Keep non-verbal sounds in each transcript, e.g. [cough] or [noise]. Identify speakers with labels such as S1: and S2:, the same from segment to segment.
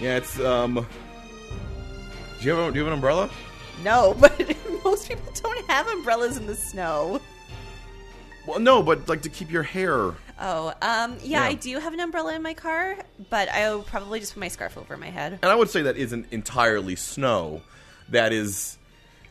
S1: Yeah, it's um. Do you have a, do you have an umbrella?
S2: No,
S1: [laughs]
S2: but most people don't have umbrellas in the snow.
S1: Well, no, but like to keep your hair.
S2: Oh, um, yeah,
S1: Yeah.
S2: I do have an umbrella in my car, but I'll probably just put my scarf over my head.
S1: And I would say that isn't entirely snow. That is,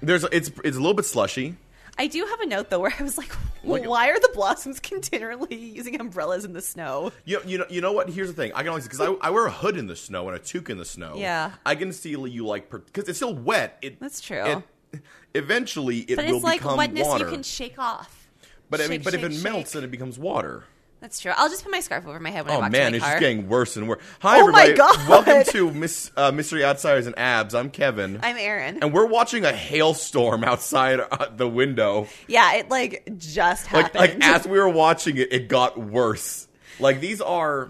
S1: there's it's it's a little bit slushy.
S2: I do have a note though where I was [laughs] like,
S1: Like-
S2: why are the blossoms [laughs] continually using umbrellas in the snow?
S1: You, you know you know what? Here's the thing. I can always because I, I wear a hood in the snow and a toque in the snow.
S2: Yeah.
S1: I can see you like because it's still wet. It
S2: That's true.
S1: It, eventually, it
S2: But
S1: will
S2: it's like
S1: become
S2: wetness
S1: water.
S2: you can shake off.
S1: but I mean,
S2: shake,
S1: but if
S2: shake,
S1: it melts,
S2: shake.
S1: then it becomes water.
S2: That's true. I'll just put my scarf over my head when I
S1: Oh
S2: walk
S1: man,
S2: to
S1: it's
S2: my car.
S1: just getting worse and worse. Hi,
S2: Oh my
S1: everybody.
S2: God.
S1: Welcome to Miss uh, Mystery Outsiders and Abs. I'm Kevin,
S2: I'm Aaron.
S1: and we're watching a hailstorm outside uh, the window.
S2: yeah, it like just
S1: Like,
S2: happened.
S1: like as we were watching it, it got worse. Like these are,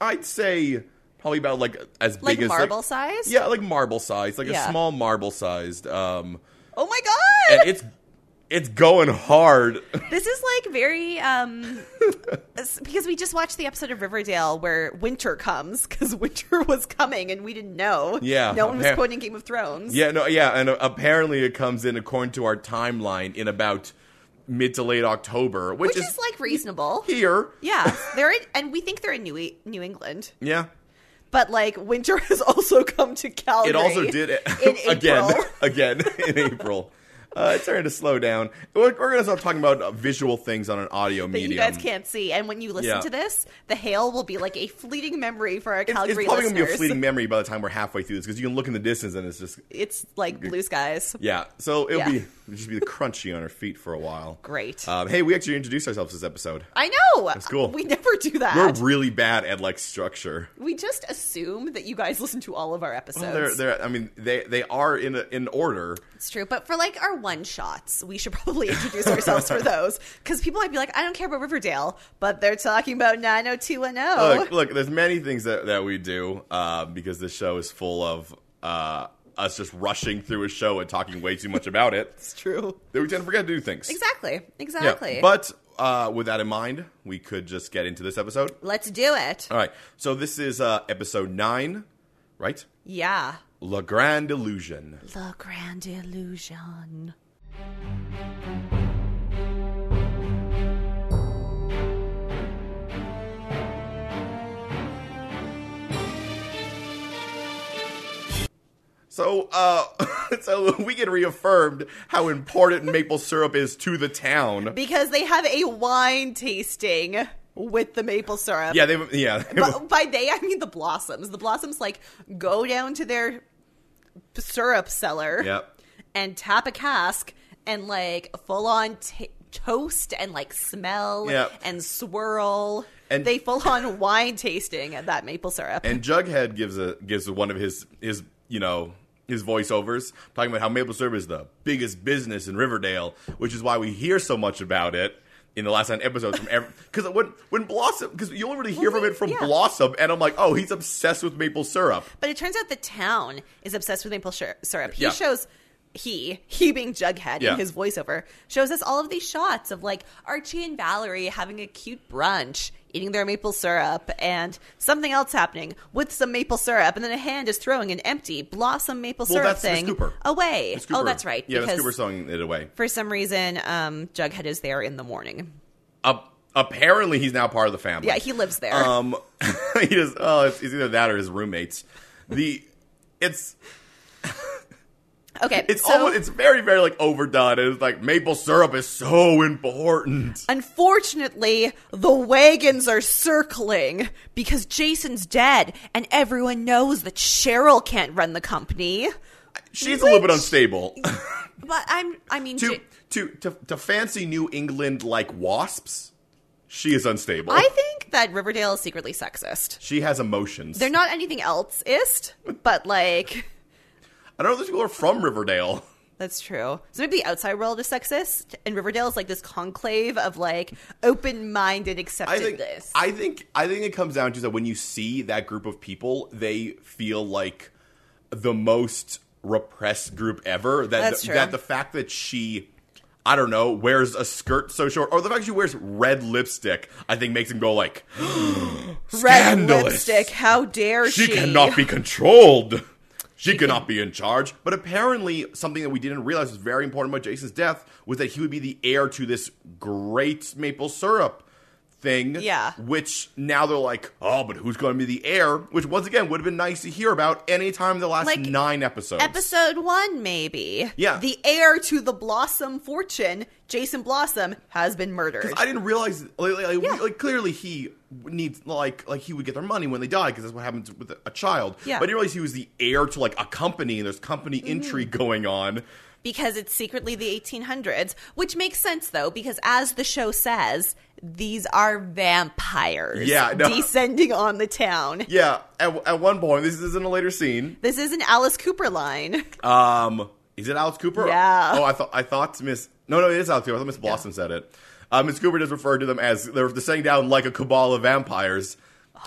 S1: I'd say, probably about like as
S2: Like
S1: big as
S2: marble size?
S1: Yeah, like marble size, like
S2: Yeah.
S1: a small marble sized. Um,
S2: [laughs] oh my god!
S1: and it's it's going hard. [laughs]
S2: This is like very um s- because we just watched the episode of Riverdale where winter comes because winter [laughs] was coming and we didn't know.
S1: Yeah.
S2: no one was
S1: Yeah.
S2: quoting Game of Thrones.
S1: Yeah, no, yeah, and uh, apparently it comes in according to our timeline in about mid to late October, which,
S2: which is, like
S1: [laughs]
S2: reasonable.
S1: here.
S2: yeah, they're in, and we think they're in New E- New England,
S1: Yeah,
S2: but like winter [laughs] has also come to Calgary.
S1: it also did it
S2: in
S1: [laughs] again,
S2: April.
S1: again in April. Uh, it's starting to slow down. We're, we're going to stop talking about uh, visual things on an audio
S2: That
S1: medium.
S2: you guys can't see, and when you listen
S1: Yeah.
S2: to this, the hail will be like a fleeting memory for our
S1: It's, it's
S2: Calgary
S1: probably going to be a
S2: listeners.
S1: fleeting memory by the time we're halfway through this because you can look in the distance and it's just
S2: It's like blue skies.
S1: yeah. So it'll
S2: Yeah.
S1: be it'll just be the crunchy on our feet for a while.
S2: Great.
S1: Um, hey, we actually introduced ourselves this episode.
S2: I know.
S1: That's cool.
S2: We never do that.
S1: We're really bad at like structure.
S2: We just assume that you guys listen to all of our episodes.
S1: Well, Oh, they're, they're, I mean, they, they are in a, in order.
S2: it's true, but for like our one shots, we should
S1: [laughs]
S2: probably introduce ourselves for those because people might be like, "I don't care about Riverdale," but they're talking about nine hundred two one oh. zero.
S1: Look, look, there's many things that, that we do uh, because this show is full of uh, us just rushing through a show and talking way too much about it.
S2: It's true.
S1: That we tend to forget to do things.
S2: Exactly.
S1: Yeah.
S2: Exactly.
S1: But uh, with that in mind, we could just get into this episode.
S2: let's do it.
S1: All right. So this is uh, episode nine, right?
S2: Yeah.
S1: La Grande Illusion.
S2: The Grand Illusion.
S1: So, uh, [laughs] so we get reaffirmed how important maple syrup is to the town.
S2: Because they have a wine tasting with the maple syrup.
S1: Yeah, they. Yeah, [laughs]
S2: but by they I mean the blossoms. The blossoms like go down to their syrup cellar
S1: Yep.
S2: and tap a cask and like full on t- toast and like smell
S1: Yep.
S2: and swirl.
S1: And-
S2: And they full on [laughs] wine tasting at that maple syrup.
S1: And Jughead gives a gives one of his his you know his voiceovers talking about how maple syrup is the biggest business in Riverdale, which is why we hear so much about it in the last nine episodes from because when when Blossom because you only really hear
S2: Well,
S1: from it from
S2: yeah.
S1: Blossom, and I'm like, oh, he's obsessed with maple syrup.
S2: but it turns out the town is obsessed with maple syr- syrup. He
S1: Yeah.
S2: shows he he being Jughead
S1: Yeah.
S2: in his voiceover shows us all of these shots of like Archie and Valerie having a cute brunch, eating their maple syrup, and something else happening with some maple syrup, and then a hand is throwing an empty blossom maple
S1: Well,
S2: syrup
S1: that's Miss
S2: thing
S1: Cooper.
S2: away.
S1: Miss
S2: Oh,
S1: Cooper-
S2: that's right.
S1: Yeah, Miss
S2: because
S1: Cooper's throwing it away.
S2: for some reason, um, Jughead is there in the morning.
S1: Uh, apparently, he's now part of the family.
S2: Yeah, he lives there.
S1: Um, [laughs] he just oh, it's, it's either that or his roommates. The it's
S2: okay,
S1: It's
S2: so
S1: almost, it's very very like overdone. It's like maple syrup is so important.
S2: Unfortunately, the wagons are circling because Jason's dead, and everyone knows that Cheryl can't run the company.
S1: She's a little bit
S2: Which- [laughs]
S1: unstable.
S2: But I'm, I mean,
S1: to,
S2: Ja-
S1: to to to fancy New England like wasps, she is unstable.
S2: I think that Riverdale is secretly sexist.
S1: she has emotions.
S2: They're not anything else ist, but like,
S1: I don't know if these people are from Riverdale. [laughs]
S2: that's true. So maybe the outside world is sexist, and Riverdale is like this conclave of like open minded
S1: I
S2: accepted
S1: think
S2: this.
S1: I think I think it comes down to that when you see that group of people, they feel like the most repressed group ever. That
S2: That's
S1: the,
S2: true.
S1: that the fact that she I don't know, wears a skirt so short, or the fact she wears red lipstick, I think makes him go like,
S2: Red
S1: scandalous.
S2: lipstick. How dare she?
S1: She cannot be controlled. She cannot be in charge. But apparently, something that we didn't realize was very important about Jason's death was that he would be the heir to this great maple syrup thing.
S2: Yeah.
S1: Which now they're like, oh, but who's going to be the heir? Which, once again, would have been nice to hear about anytime in the last
S2: Like,
S1: nine episodes.
S2: Episode one, maybe.
S1: Yeah.
S2: The heir to the Blossom fortune, Jason Blossom, has been murdered.
S1: I didn't realize. Like, like, we-
S2: Yeah.
S1: like, clearly, he needs like like he would get their money when they die because that's what happens with a child.
S2: Yeah. Mm-hmm.
S1: But I didn't realize he was the heir to like a company and there's company intrigue going on.
S2: because it's secretly the 1800s, which makes sense though, because as the show says, these are vampires
S1: Yeah, no.
S2: descending on the town.
S1: Yeah. At, at one point, this is in a later scene.
S2: This is an Alice
S1: [laughs]
S2: Cooper line.
S1: Um, is it Alice Cooper?
S2: Yeah.
S1: Oh, I thought I thought Miss. No, no, it is Alice Cooper. I thought Miss Blossom said it. Uh, Miss Cooper does refer to them as they're the setting down like a cabal of vampires,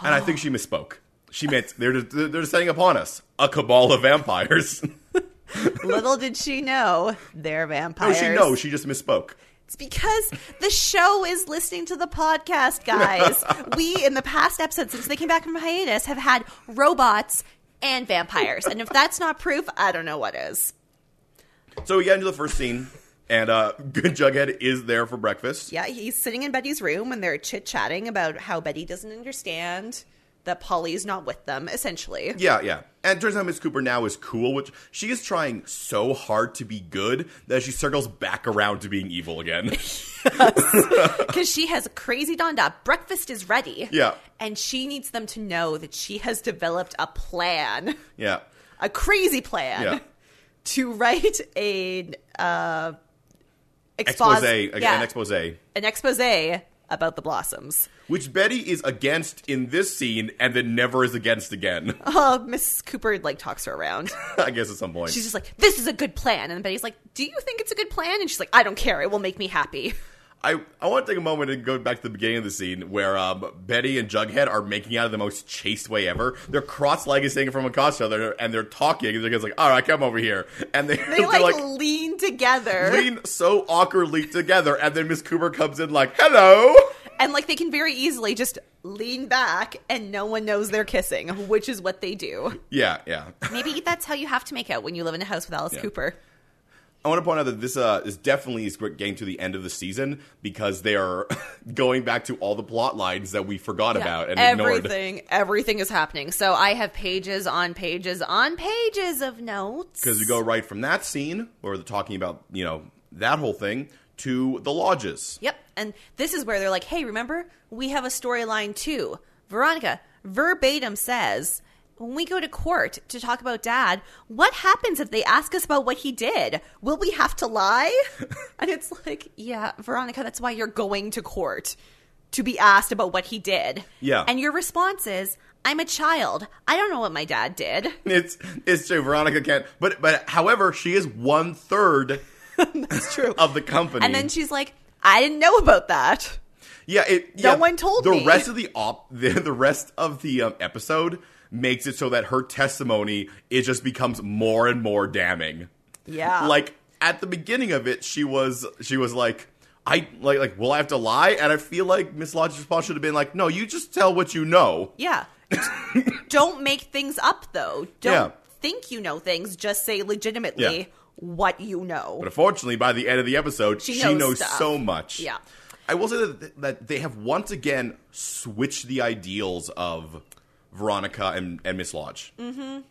S1: and I think she misspoke. She
S2: Oh.
S1: meant they're just, they're just setting upon us a cabal of vampires. [laughs]
S2: Little did she know they're
S1: no,
S2: vampires.
S1: Oh, she knows. She just misspoke.
S2: It's because the show is listening to the podcast,
S1: [laughs]
S2: guys. we, in the past episode, since they came back from hiatus, have had robots and vampires. And if that's not proof, I don't know what is.
S1: So we get into the first scene, and uh, [laughs] good Jughead is there for breakfast.
S2: Yeah, he's sitting in Betty's room and they're chit chatting about how Betty doesn't understand that Polly's not with
S1: [laughs]
S2: them, essentially.
S1: Yeah, yeah. And it turns out Miss Cooper now is cool, which she is trying so hard to be good that she circles back around to being evil
S2: [laughs]
S1: again.
S2: Because she has crazy dawned up. Breakfast is ready.
S1: Yeah.
S2: And she needs them to know that she has developed a plan,
S1: yeah.
S2: a crazy plan, [laughs]
S1: Yeah.
S2: to write a. Uh,
S1: Expose,
S2: expos-
S1: again,
S2: yeah,
S1: an expose.
S2: an expose about the blossoms. [laughs]
S1: Which Betty is against in this scene and then never is against again, [laughs]
S2: Oh, Mrs. Cooper like talks her around.
S1: I guess at some point.
S2: She's just like, "This is a good plan," and Betty's like, "Do you think it's a good plan?" And she's like, "I don't care. It will make me happy." [laughs]
S1: I, I want to take a moment and go back to the beginning of the scene where um, Betty and Jughead are making out in the most chaste way ever. They're cross-legged standing from across each other, and they're talking. And Jughead's like, "All right, come over here," and they, [laughs]
S2: They
S1: they're
S2: like,
S1: like,
S2: lean together,
S1: lean so awkwardly together, and then Miss Cooper comes in like, "Hello."
S2: and like they can very easily just lean back, and no one knows they're kissing, which is what they do.
S1: Yeah, yeah.
S2: Maybe that's how you have to make out when you live in a house with Alice
S1: Yeah.
S2: Cooper.
S1: I want to point out that this uh, is definitely is getting to the end of the season because they are [laughs] going back to all the plot lines that we forgot
S2: Yeah.
S1: about and ignored.
S2: everything, everything is happening. So I have pages on pages on pages of notes
S1: Because we go right from that scene where they're talking about you know that whole thing to the lodges.
S2: Yep. And this is where they're like, hey, remember, we have a storyline too. Veronica verbatim says, when we go to court to talk about dad, what happens if they ask us about what he did? Will we have
S1: [laughs]
S2: to lie? and it's like, yeah, Veronica, that's why you're going to court to be asked about what he did.
S1: Yeah.
S2: And your response is, I'm a child. I don't know what my dad did. [laughs]
S1: It's it's true. Veronica can't, but but however, she is one third
S2: That's true.
S1: of the company.
S2: and then she's like, I didn't know about that.
S1: Yeah, it,
S2: No
S1: yeah,
S2: one told
S1: the
S2: me.
S1: rest of the op [laughs] the, the rest of the um, episode makes it so that her testimony it just becomes more and more damning.
S2: Yeah.
S1: Like at the beginning of it, she was she was like. I like like will I have to lie? And I feel like Miss Lodge's response should have been like, "No, you just tell what you know." [laughs]
S2: Yeah. Don't make things up though. Don't
S1: Yeah.
S2: think you know things. Just say legitimately
S1: Yeah.
S2: what you know.
S1: But unfortunately, by the end of the episode, she,
S2: She knows
S1: knows
S2: stuff.
S1: so much.
S2: Yeah.
S1: I will say that, that they have once again switched the ideals of Veronica and, and Miss Lodge. Mm-hmm.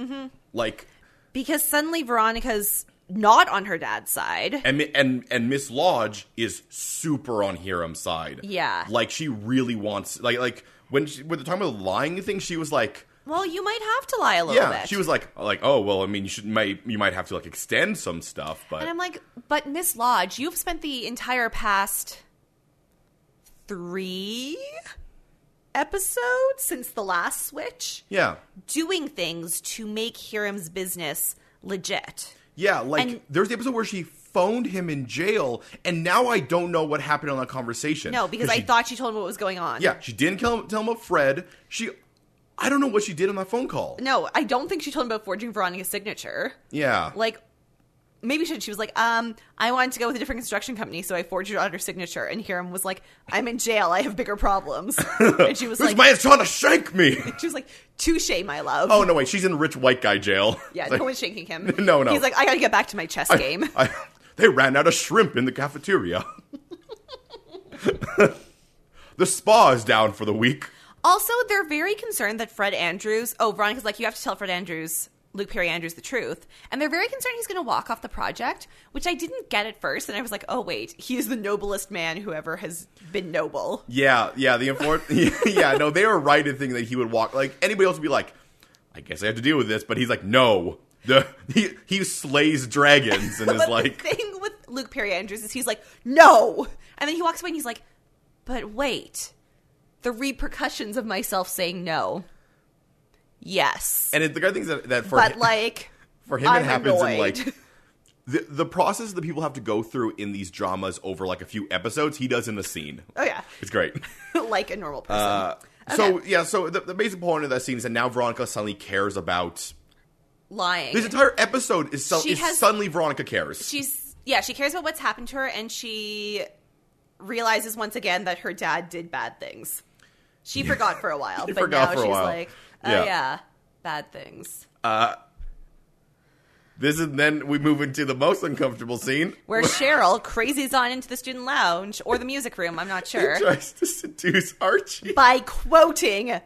S1: Mm-hmm. Like,
S2: because suddenly Veronica's not on her dad's side.
S1: and Mi- and and Miss Lodge is super on Hiram's side.
S2: Yeah.
S1: Like, she really wants, like, like when, she, when they're talking about the lying thing, she was like,
S2: Well, you might have to lie a little
S1: yeah,
S2: bit.
S1: she was like, like, oh well, I mean, you should might you might have to like extend some stuff, but
S2: and I'm like, but Miss Lodge, you've spent the entire past three episodes since the last switch
S1: yeah,
S2: doing things to make Hiram's business legit.
S1: Yeah, like
S2: And-
S1: there's the episode where she phoned him in jail, and now I don't know what happened on that conversation.
S2: No, because I
S1: she-
S2: thought she told him what was going on.
S1: yeah, she didn't tell him, tell him about Fred. She, I don't know what she did on that phone call.
S2: No, I don't think she told him about forging Veronica's signature.
S1: Yeah,
S2: Like, maybe she, she was like, um, I wanted to go with a different construction company, so I forged your daughter's signature. And Hiram was like, I'm in jail. I have
S1: [laughs]
S2: bigger problems. and she was
S1: This
S2: like,
S1: man's trying to shank me. [laughs]
S2: she was like, touche, my love.
S1: Oh no, wait, she's in rich white guy jail.
S2: [laughs] yeah,
S1: It's [laughs] like,
S2: no one's shanking him.
S1: No, no.
S2: He's like, I got to get back to my chess game.
S1: I, they ran out of shrimp in the
S2: [laughs]
S1: cafeteria. the spa is down for the week.
S2: Also, they're very concerned that Fred Andrews. Oh, Veronica's like, you have to tell Fred Andrews, Luke Perry Andrews, the truth. And they're very concerned he's going to walk off the project, which I didn't get at first. And I was like, oh, wait, he is the noblest man who ever has been noble.
S1: Yeah, yeah, the infor- [laughs] yeah, no, they were right in thinking that he would walk. Like anybody else would be like, I guess I have to deal with this, but he's like, no. The, he he slays dragons
S2: [laughs]
S1: and is
S2: but
S1: like,
S2: the thing with Luke Perry Andrews is he's like, no. And then he walks away and he's like, but wait, the repercussions of myself saying no. Yes.
S1: and it, the good thing is that, that for
S2: But
S1: him,
S2: like,
S1: for him
S2: I'm
S1: it happens in like
S2: annoyed.
S1: the the process that people have to go through in these dramas over like a few episodes. He does in a scene.
S2: [laughs] oh yeah, [laughs]
S1: It's great.
S2: like a normal person.
S1: Uh, [laughs] So yeah, so the, the basic point of that scene is that now Veronica suddenly cares about
S2: Lying.
S1: this entire episode is, so,
S2: She
S1: is
S2: has-
S1: suddenly Veronica cares.
S2: she's yeah she cares about what's happened to her and she realizes once again that her dad did bad things she
S1: [laughs]
S2: forgot for a while
S1: She
S2: but
S1: forgot
S2: now
S1: for a
S2: she's
S1: while.
S2: like oh
S1: Yeah.
S2: yeah. bad things
S1: This is then we move into the most uncomfortable scene. [laughs]
S2: where cheryl crazies on into the student lounge or the music room i'm
S1: [laughs]
S2: not
S1: He
S2: sure
S1: tries to seduce Archie.
S2: by quoting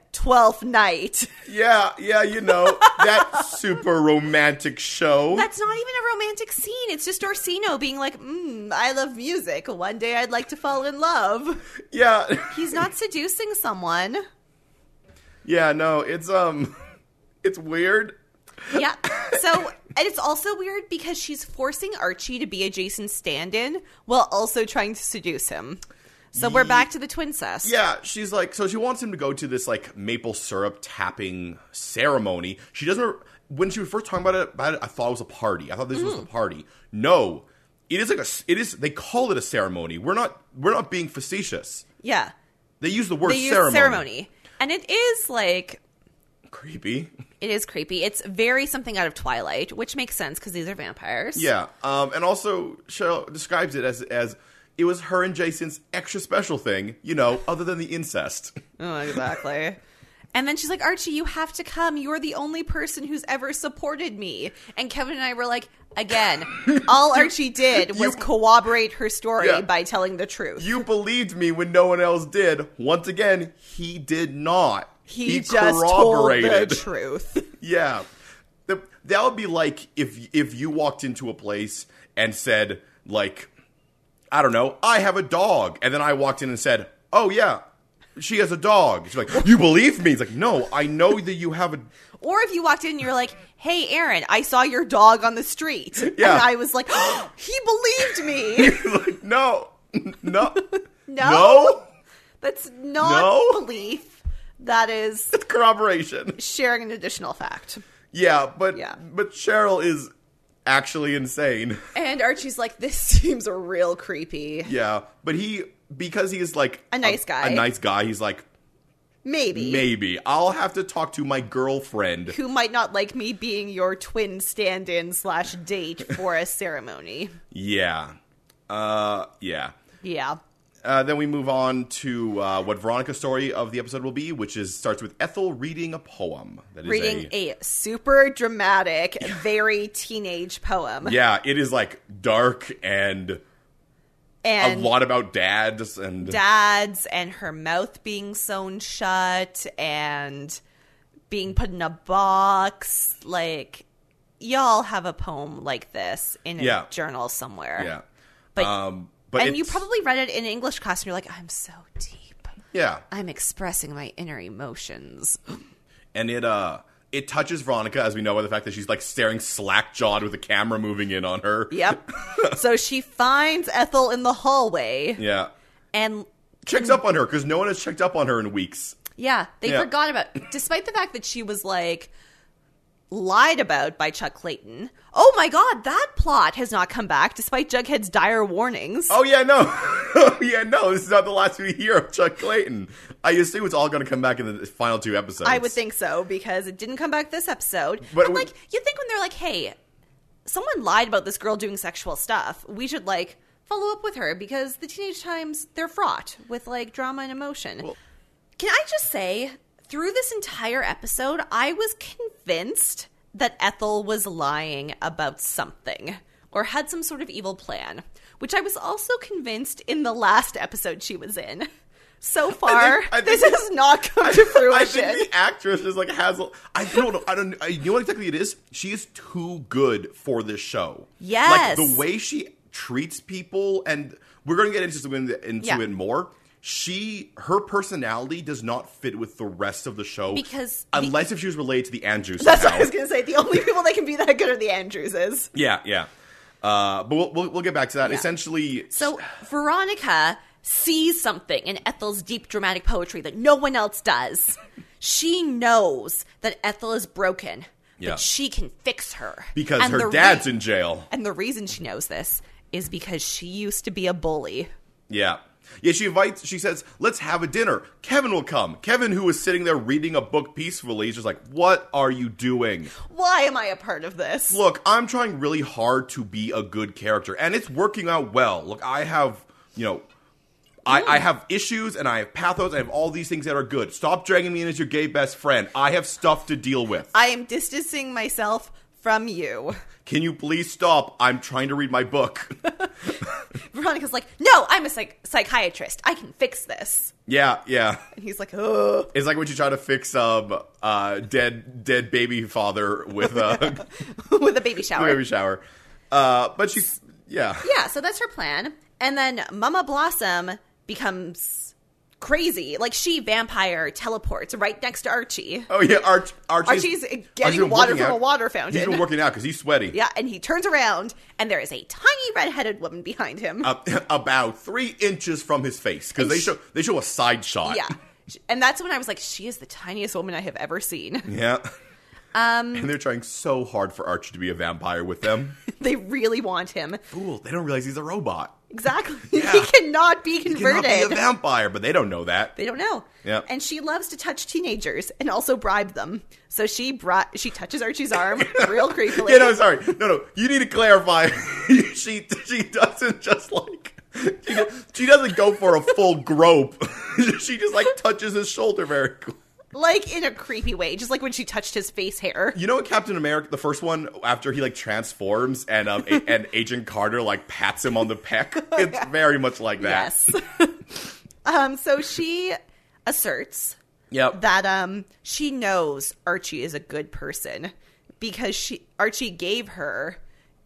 S1: [laughs]
S2: twelfth night
S1: Yeah, yeah, you know
S2: [laughs]
S1: that super romantic show.
S2: that's not even a romantic scene it's just orsino being like mm, i love music one day i'd like to fall in love
S1: yeah, [laughs]
S2: he's not seducing someone
S1: yeah, no, it's um, [laughs] it's weird.
S2: yeah. So, and it's also weird because she's forcing Archie to be a Jason stand in while also trying to seduce him. So we're back to the twincest.
S1: Yeah, she's like, so she wants him to go to this like maple syrup tapping ceremony. She doesn't. When she was first talking about it, about it, I thought it was a party. I thought this was
S2: Mm.
S1: the party. No, it is like a. s- It is. They call it a ceremony. We're not. We're not being facetious.
S2: Yeah.
S1: They use the word
S2: They use
S1: ceremony.
S2: ceremony. And it is like,
S1: Creepy. [laughs]
S2: it is creepy. It's very something out of Twilight, which makes sense because these are vampires.
S1: Yeah. Um. And also, Cheryl describes it as as it was her and Jason's extra special thing. You know, other than the incest. [laughs]
S2: Oh, exactly. [laughs] and then she's like, Archie, you have to come. You're the only person who's ever supported me. And Kevin and I were like,
S1: [laughs]
S2: again, all Archie did was
S1: you-
S2: corroborate her story
S1: Yeah.
S2: by telling the truth.
S1: You believed me when no one else did. Once again, he did not.
S2: He, just told the truth.
S1: [laughs]
S2: [laughs]
S1: yeah, The- that would be like if if you walked into a place and said like, I don't know, I have a dog, and then I walked in and said, Oh yeah, she has a dog. She's like, You believe me? It's like, No, I know that you have a. [laughs]
S2: Or if you walked in and you're like, "Hey, Aaron, I saw your dog on the street,"
S1: [laughs] Yeah.
S2: and I was like, "Oh, "He believed me."
S1: [laughs] like, no, no,
S2: [laughs] No?
S1: no.
S2: That's not
S1: No.
S2: belief. That is
S1: It's corroboration. [laughs]
S2: sharing an additional fact.
S1: Yeah, but
S2: Yeah.
S1: but Cheryl is actually insane. [laughs]
S2: And Archie's like, "This [laughs] seems real creepy."
S1: Yeah, but he because he's like
S2: A nice guy.
S1: a nice guy. He's like
S2: Maybe.
S1: maybe I'll have to talk to my girlfriend.
S2: Who might not like me being your twin stand-in slash date for a [laughs] ceremony?
S1: Yeah, uh, yeah.
S2: Yeah.
S1: Uh, then we move on to uh, what Veronica's story of the episode will be, which is starts with Ethel reading a poem. That is
S2: Reading a super dramatic, very teenage poem.
S1: yeah, it is like dark and a
S2: And
S1: lot about dads and
S2: dads and her mouth being sewn shut and being put in a box. Like, y'all have a poem like this in a
S1: Yeah.
S2: journal somewhere.
S1: yeah.
S2: But,
S1: Um, but
S2: and you
S1: it's-
S2: probably read it in English class and you're like, I'm so deep.
S1: yeah,
S2: I'm expressing my inner emotions.
S1: and it uh it touches Veronica as we know by the fact that she's like staring slack jawed with the camera moving in on her.
S2: Yep. [laughs] so she finds Ethel in the hallway
S1: Yeah.
S2: and
S1: Checks up on her because no one has checked up on her in weeks.
S2: Yeah, they
S1: Yeah.
S2: forgot about despite the fact that she was like lied about by Chuck Clayton. Oh my god, that plot has not come back despite Jughead's dire warnings.
S1: Oh yeah, no. [laughs] oh yeah, no. This is not the last we hear of Chuck Clayton. I assume it's all going to come back in the final two episodes.
S2: I would think so because it didn't come back this episode.
S1: But
S2: But,
S1: we-
S2: like you think when they're like, "Hey, someone lied about this girl doing sexual stuff. We should like follow up with her because the teenage times they're fraught with like drama and emotion.
S1: Well-
S2: Can I just say, through this entire episode, I was convinced that Ethel was lying about something or had some sort of evil plan, which I was also convinced in the last episode she was in. So far,
S1: I think-
S2: this has not come to
S1: [laughs] [laughs] I
S2: fruition.
S1: think the actress is like has. a- I don't know. I don't. I, you know what exactly it is? She is too good for this show.
S2: Yes.
S1: like the way she treats people, and we're going to get into some in- into
S2: Yeah.
S1: it more. She her personality does not fit with the rest of the show
S2: Because-
S1: unless if she was related to the Andrews.
S2: That's what
S1: somehow.
S2: I was going to say. The only people that can be that good are the Andrewses.
S1: Yeah, yeah. Uh, but we'll, we'll we'll get back to that.
S2: Yeah.
S1: Essentially,
S2: So Veronica sees something in Ethel's deep dramatic poetry that no one else does. she knows that Ethel is broken,
S1: Yeah.
S2: but she can fix her
S1: because
S2: And the
S1: her dad's
S2: rea-
S1: in jail.
S2: And the reason she knows this is because she used to be a bully.
S1: Yeah. Yeah, she invites, she says, let's have a dinner. Kevin will come. Kevin, who is sitting there reading a book peacefully, is just like, what are you doing?
S2: Why am I a part of this?
S1: Look, I'm trying really hard to be a good character, and it's working out well. Look, I have, you know, I,
S2: Mm.
S1: I have issues and I have pathos, I have all these things that are good. Stop dragging me in as your gay best friend. I have stuff to deal with.
S2: I am distancing myself from you.
S1: Can you please stop? I'm trying to read my book. [laughs]
S2: Veronica's like, "No, I'm a psych- psychiatrist. I can fix this."
S1: yeah, yeah.
S2: And he's like, "Ugh." [laughs]
S1: It's like when you try to fix um uh dead dead baby father with
S2: [laughs]
S1: a
S2: with a baby shower.
S1: baby shower. Uh, but she, yeah,
S2: Yeah, so that's her plan. And then Mama Blossom becomes crazy. Like she vampire teleports right next to Archie.
S1: oh yeah, Arch, Archie's,
S2: Archie's
S1: Archie's
S2: getting
S1: been
S2: water
S1: working
S2: from a
S1: out.
S2: water
S1: He's been
S2: fountain.
S1: working out because he's sweaty.
S2: Yeah, and he turns around and there is a tiny redheaded woman behind him.
S1: Up- Uh, [laughs] about three inches from his face because
S2: And
S1: they
S2: sh-
S1: show they show a side shot.
S2: yeah. And that's when I was like, she is the tiniest woman I have ever seen. [laughs]
S1: yeah. Um, and they're trying so hard for Archie to be a vampire with
S2: [laughs]
S1: them.
S2: they really want him.
S1: Fool, they don't realize he's a robot.
S2: Exactly. [laughs] he
S1: Yeah.
S2: cannot be
S1: He cannot
S2: converted.
S1: be a vampire, but they don't know that.
S2: They don't know.
S1: Yeah.
S2: And she loves to touch teenagers and also bribe them. So she brought she touches
S1: [laughs]
S2: Archie's arm real creepily.
S1: Yeah, no, sorry. No, no. You need to clarify. [laughs] she she doesn't just like she, do- she doesn't go for a full grope. [laughs] she just like touches his shoulder very cool.
S2: like in a creepy way, just like when she touched his face hair.
S1: You know in Captain America, the first one after he like transforms and um a- and Agent Carter like pats him on the peck. [laughs] It's very much like that.
S2: Yes. [laughs] um so she asserts
S1: Yep.
S2: that um she knows Archie is a good person because she Archie gave her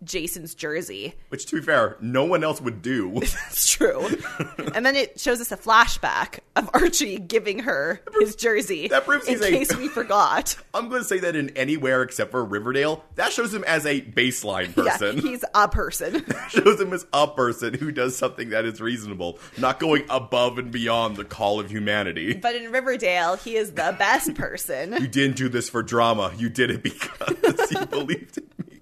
S2: Jason's jersey.
S1: Which to be fair, no one else would [laughs] do.
S2: It's true. [laughs] and then it shows us a flashback of Archie giving her his jersey.
S1: that proves he's
S2: in
S1: a-
S2: case we forgot.
S1: I'm going to say that in anywhere except for Riverdale, that shows him as a baseline [laughs] person.
S2: Yeah, he's a person.
S1: shows him as a person who does something that is reasonable, not going above and beyond the call of humanity.
S2: But in Riverdale, he is the best person.
S1: [laughs] You didn't do this for drama. You did it because [laughs] you believed in me.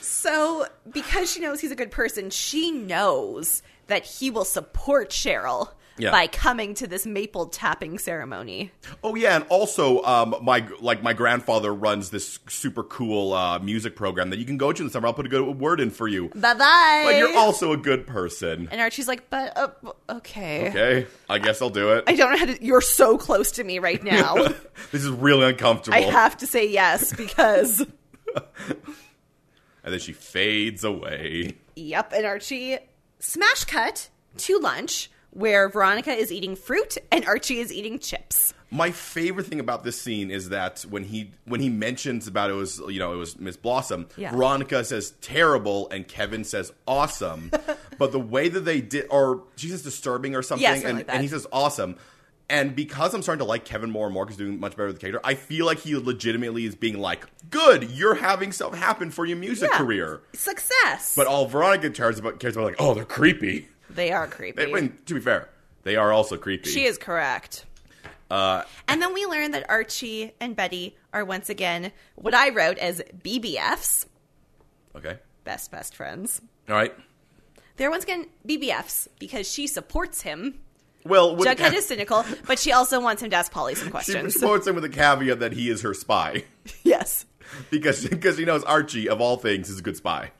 S2: So, because she knows he's a good person, she knows that he will support Cheryl
S1: Yeah.
S2: by coming to this maple tapping ceremony.
S1: Oh yeah, and also um, my like my grandfather runs this super cool uh, music program that you can go to in the summer. I'll put a good word in for you.
S2: Bye bye.
S1: But you're also a good person.
S2: and Archie's like, but uh, okay.
S1: Okay, I guess I'll do
S2: I
S1: it.
S2: don't know how to. You're so close to
S1: [laughs]
S2: me right now.
S1: This is really uncomfortable.
S2: I have to say yes because. [laughs]
S1: and then she fades away.
S2: Yep, and Archie smash cut to lunch where Veronica is eating fruit and Archie is eating chips.
S1: My favorite thing about this scene is that when he when he mentions about it was you know it was Miss Blossom,
S2: Yeah.
S1: Veronica says terrible and Kevin says
S2: [laughs]
S1: awesome, but the way that they did or she says disturbing or something
S2: Yeah, something
S1: and,
S2: like that.
S1: and he says awesome. And because I'm starting to like Kevin more and more because doing much better with the character, I feel like he legitimately is being like, "Good, you're having stuff happen for your music
S2: Yeah.
S1: career."
S2: Success.
S1: But all Veronica cares about cares about like, "Oh, they're creepy."
S2: they are creepy.
S1: I mean, to be fair, they are also creepy.
S2: She is correct.
S1: Uh,
S2: And then we learn that Archie and Betty are once again what I wrote as BBFs,
S1: okay.
S2: best best friends.
S1: All right.
S2: They're once again BBFs because she supports him.
S1: Well, with-
S2: Jughead is cynical, but she also wants him to ask Polly some
S1: She
S2: questions. [laughs]
S1: supports him with a caveat that he is her spy. [laughs]
S2: yes.
S1: because because he knows Archie of all things is a good spy.